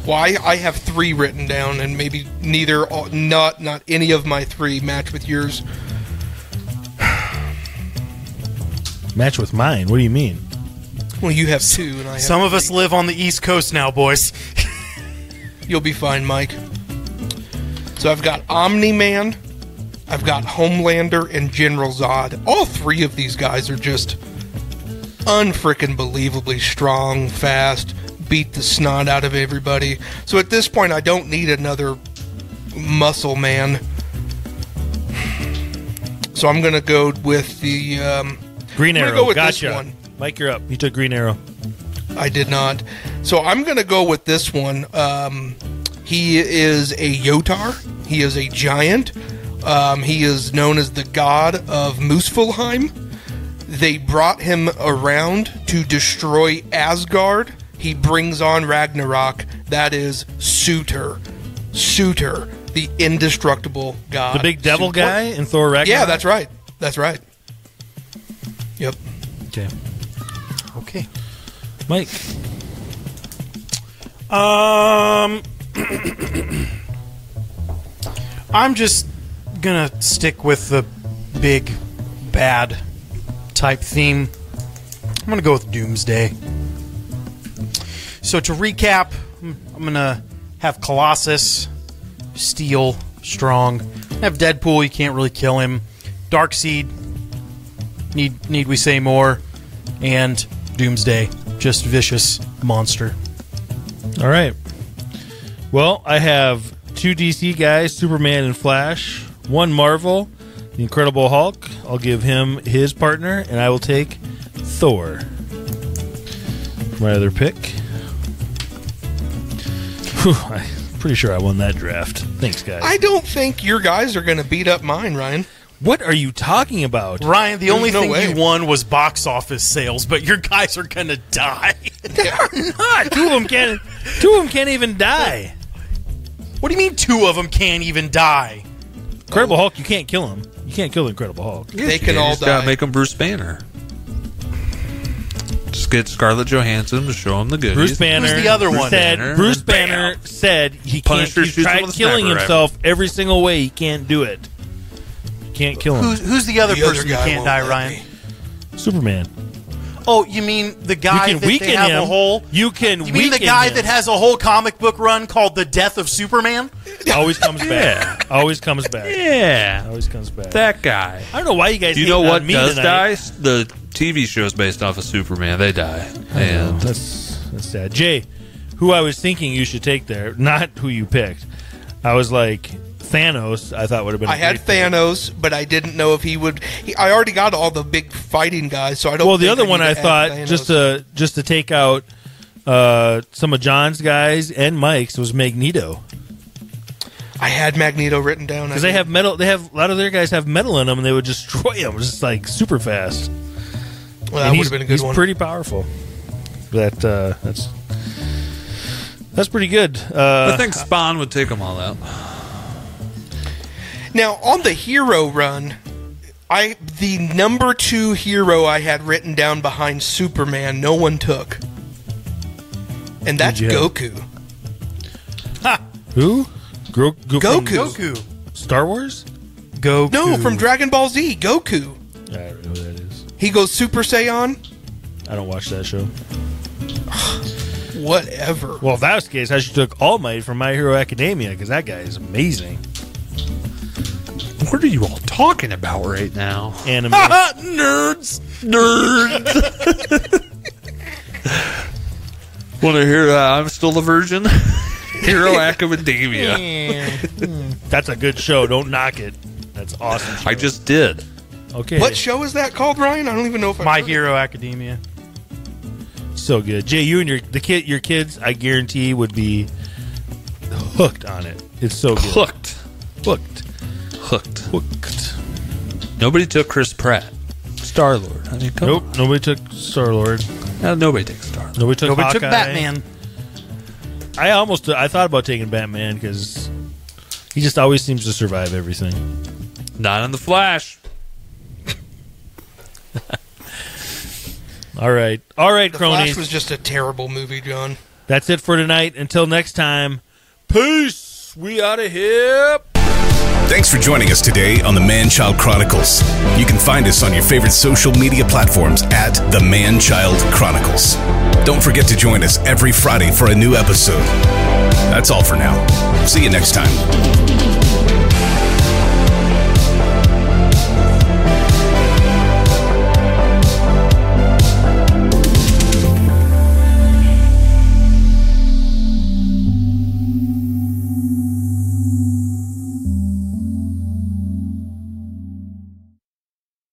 Speaker 3: Well, I, I have three written down, and maybe neither, uh, not not any of my three match with yours.
Speaker 2: match with mine. What do you mean?
Speaker 3: Well, you have two, and I have
Speaker 1: Some of us live on the East Coast now, boys.
Speaker 3: You'll be fine, Mike. So I've got Omni Man, I've got Homelander, and General Zod. All three of these guys are just unfrickin' believably strong, fast, beat the snot out of everybody. So at this point, I don't need another muscle man. So I'm gonna go with the. Um,
Speaker 2: Green
Speaker 3: I'm gonna
Speaker 2: Arrow.
Speaker 3: go with this
Speaker 2: gotcha.
Speaker 3: one.
Speaker 2: Mike, you're up. You took Green Arrow.
Speaker 3: I did not. So I'm going to go with this one. Um, he is a Yotar. He is a giant. Um, he is known as the god of Muspelheim. They brought him around to destroy Asgard. He brings on Ragnarok. That is Suitor. Suitor, the indestructible god.
Speaker 2: The big devil
Speaker 3: Suitor.
Speaker 2: guy in Thor Ragnarok.
Speaker 3: Uh, Yeah, that's right. That's right. Yep.
Speaker 2: Okay.
Speaker 1: Okay.
Speaker 2: Mike.
Speaker 1: Um, [clears throat] I'm just gonna stick with the big bad type theme. I'm gonna go with Doomsday. So to recap, I'm I'm gonna have Colossus, Steel, Strong. I have Deadpool. You can't really kill him. Darkseid. Need need we say more? And Doomsday, just vicious monster.
Speaker 2: All right. Well, I have two DC guys, Superman and Flash, one Marvel, the Incredible Hulk. I'll give him his partner, and I will take Thor. My other pick. Whew, I'm pretty sure I won that draft. Thanks, guys.
Speaker 3: I don't think your guys are going to beat up
Speaker 2: [laughs]
Speaker 3: mine, Ryan. [laughs]
Speaker 2: what are you talking about?
Speaker 1: Ryan, the only
Speaker 3: no
Speaker 1: thing
Speaker 3: way.
Speaker 1: you won was box office sales, but your guys are gonna die. [laughs]
Speaker 2: two of them can't. Two of them can't even die.
Speaker 1: what do you mean two of them can't even die?
Speaker 2: Incredible Hulk, you can't kill him. You can't kill the Incredible Hulk.
Speaker 3: They can
Speaker 5: You
Speaker 3: all
Speaker 5: just gotta
Speaker 3: die.
Speaker 5: make him Bruce Banner. Just get Scarlett Johansson to show him the goodies.
Speaker 2: Bruce Banner.
Speaker 1: Who's the other
Speaker 2: Bruce
Speaker 1: one?
Speaker 2: Said,
Speaker 5: Banner.
Speaker 2: Bruce Banner said he
Speaker 5: Punisher
Speaker 2: can't. He's
Speaker 5: shoots him
Speaker 2: tried
Speaker 5: with a
Speaker 2: killing
Speaker 5: sniper
Speaker 2: himself every single way. He can't do it. Can't kill him.
Speaker 1: Who's who's the other
Speaker 3: The other
Speaker 1: person
Speaker 3: guy
Speaker 1: that
Speaker 3: won't
Speaker 1: can't die,
Speaker 3: let
Speaker 1: Ryan?
Speaker 3: me.
Speaker 2: Superman.
Speaker 1: Oh, you mean the
Speaker 2: You
Speaker 1: guy
Speaker 2: can
Speaker 1: that
Speaker 2: weaken
Speaker 1: they have
Speaker 2: him.
Speaker 1: a whole?
Speaker 2: you can
Speaker 1: You
Speaker 2: weaken
Speaker 1: mean the guy
Speaker 2: him.
Speaker 1: that has a whole comic book run called "The Death of Superman"?
Speaker 2: always comes back. Always comes back.
Speaker 5: Yeah,
Speaker 2: Always comes back.
Speaker 5: that guy.
Speaker 2: I don't know why you guys.
Speaker 5: You
Speaker 2: hating
Speaker 5: know
Speaker 2: on
Speaker 5: what
Speaker 2: me
Speaker 5: does
Speaker 2: tonight.
Speaker 5: die? The TV show is based off of Superman. They die, and
Speaker 2: That's that's sad. Jay, who I was thinking you should take there, not who you picked. I was like Thanos. I thought would have been. a
Speaker 3: I had
Speaker 2: great pick.
Speaker 3: Thanos, but I didn't know if he would. He, I already got all the big fighting guys, so I don't.
Speaker 2: Well, the
Speaker 3: think
Speaker 2: other
Speaker 3: need
Speaker 2: one
Speaker 3: to
Speaker 2: I
Speaker 3: add
Speaker 2: thought
Speaker 3: Thanos.
Speaker 2: just uh, to just to take out uh, some of John's guys and Mike's was Magneto
Speaker 3: I had Magneto written down
Speaker 2: because they have metal. They have a lot of their guys have metal in them, and they would destroy them [laughs] just like super fast.
Speaker 3: Well,
Speaker 2: And
Speaker 3: that would
Speaker 2: he's-
Speaker 3: have been a
Speaker 2: he's
Speaker 3: good one.
Speaker 2: pretty powerful. That uh, that's that's pretty good. Uh,
Speaker 3: [laughs]
Speaker 5: I think Spawn would take them all out.
Speaker 3: now on the hero run, I the number two hero I had written down behind Superman, no one took, and that's
Speaker 2: Did you have-
Speaker 3: Goku.
Speaker 2: Who? Gro- Go- from
Speaker 3: Goku.
Speaker 1: Goku.
Speaker 2: Star Wars?
Speaker 1: Goku.
Speaker 3: No, from Dragon Ball Z, Goku.
Speaker 2: I don't know who that is.
Speaker 3: He goes Super Saiyan.
Speaker 2: I don't watch that show.
Speaker 3: Whatever.
Speaker 2: Well, if that was the case, I should took All Might from My Hero Academia because that guy is amazing.
Speaker 5: What are you all talking about right now?
Speaker 2: Anime.
Speaker 3: [laughs]
Speaker 5: [laughs] Nerds! Nerds! [laughs] Want to hear that? I'm still a virgin? [laughs]
Speaker 2: [laughs]
Speaker 5: Hero Academia.
Speaker 2: That's a good show. Don't knock it. That's awesome.
Speaker 5: I just did.
Speaker 2: Okay.
Speaker 3: What show is that called, Ryan? I don't even know if I
Speaker 1: My
Speaker 3: heard it.
Speaker 1: Hero Academia.
Speaker 2: So good, Jay. You and your the kid, your kids, I guarantee would be hooked on it. It's so good.
Speaker 5: Hooked.
Speaker 2: Hooked.
Speaker 5: Hooked.
Speaker 2: Hooked.
Speaker 5: Nobody took Chris Pratt. Star Lord. I mean, come
Speaker 2: Nope. Nobody took Star Lord.
Speaker 5: on. No, nobody takes Star Lord.
Speaker 2: Nobody took.
Speaker 1: Nobody took
Speaker 2: Hawkeye.
Speaker 1: Batman.
Speaker 2: I almost. I thought about taking Batman because he just always seems to survive everything.
Speaker 5: Not in the Flash.
Speaker 2: All right. All right,
Speaker 3: The
Speaker 2: cronies.
Speaker 3: Flash was just a terrible movie, John.
Speaker 2: That's it for tonight. Until next time. Peace. We out of here.
Speaker 4: Thanks for joining us today on the Man Child Chronicles. You can find us on your favorite social media platforms at the Man Child Chronicles. Don't forget to join us every Friday for a new episode. That's all for now. See you next time.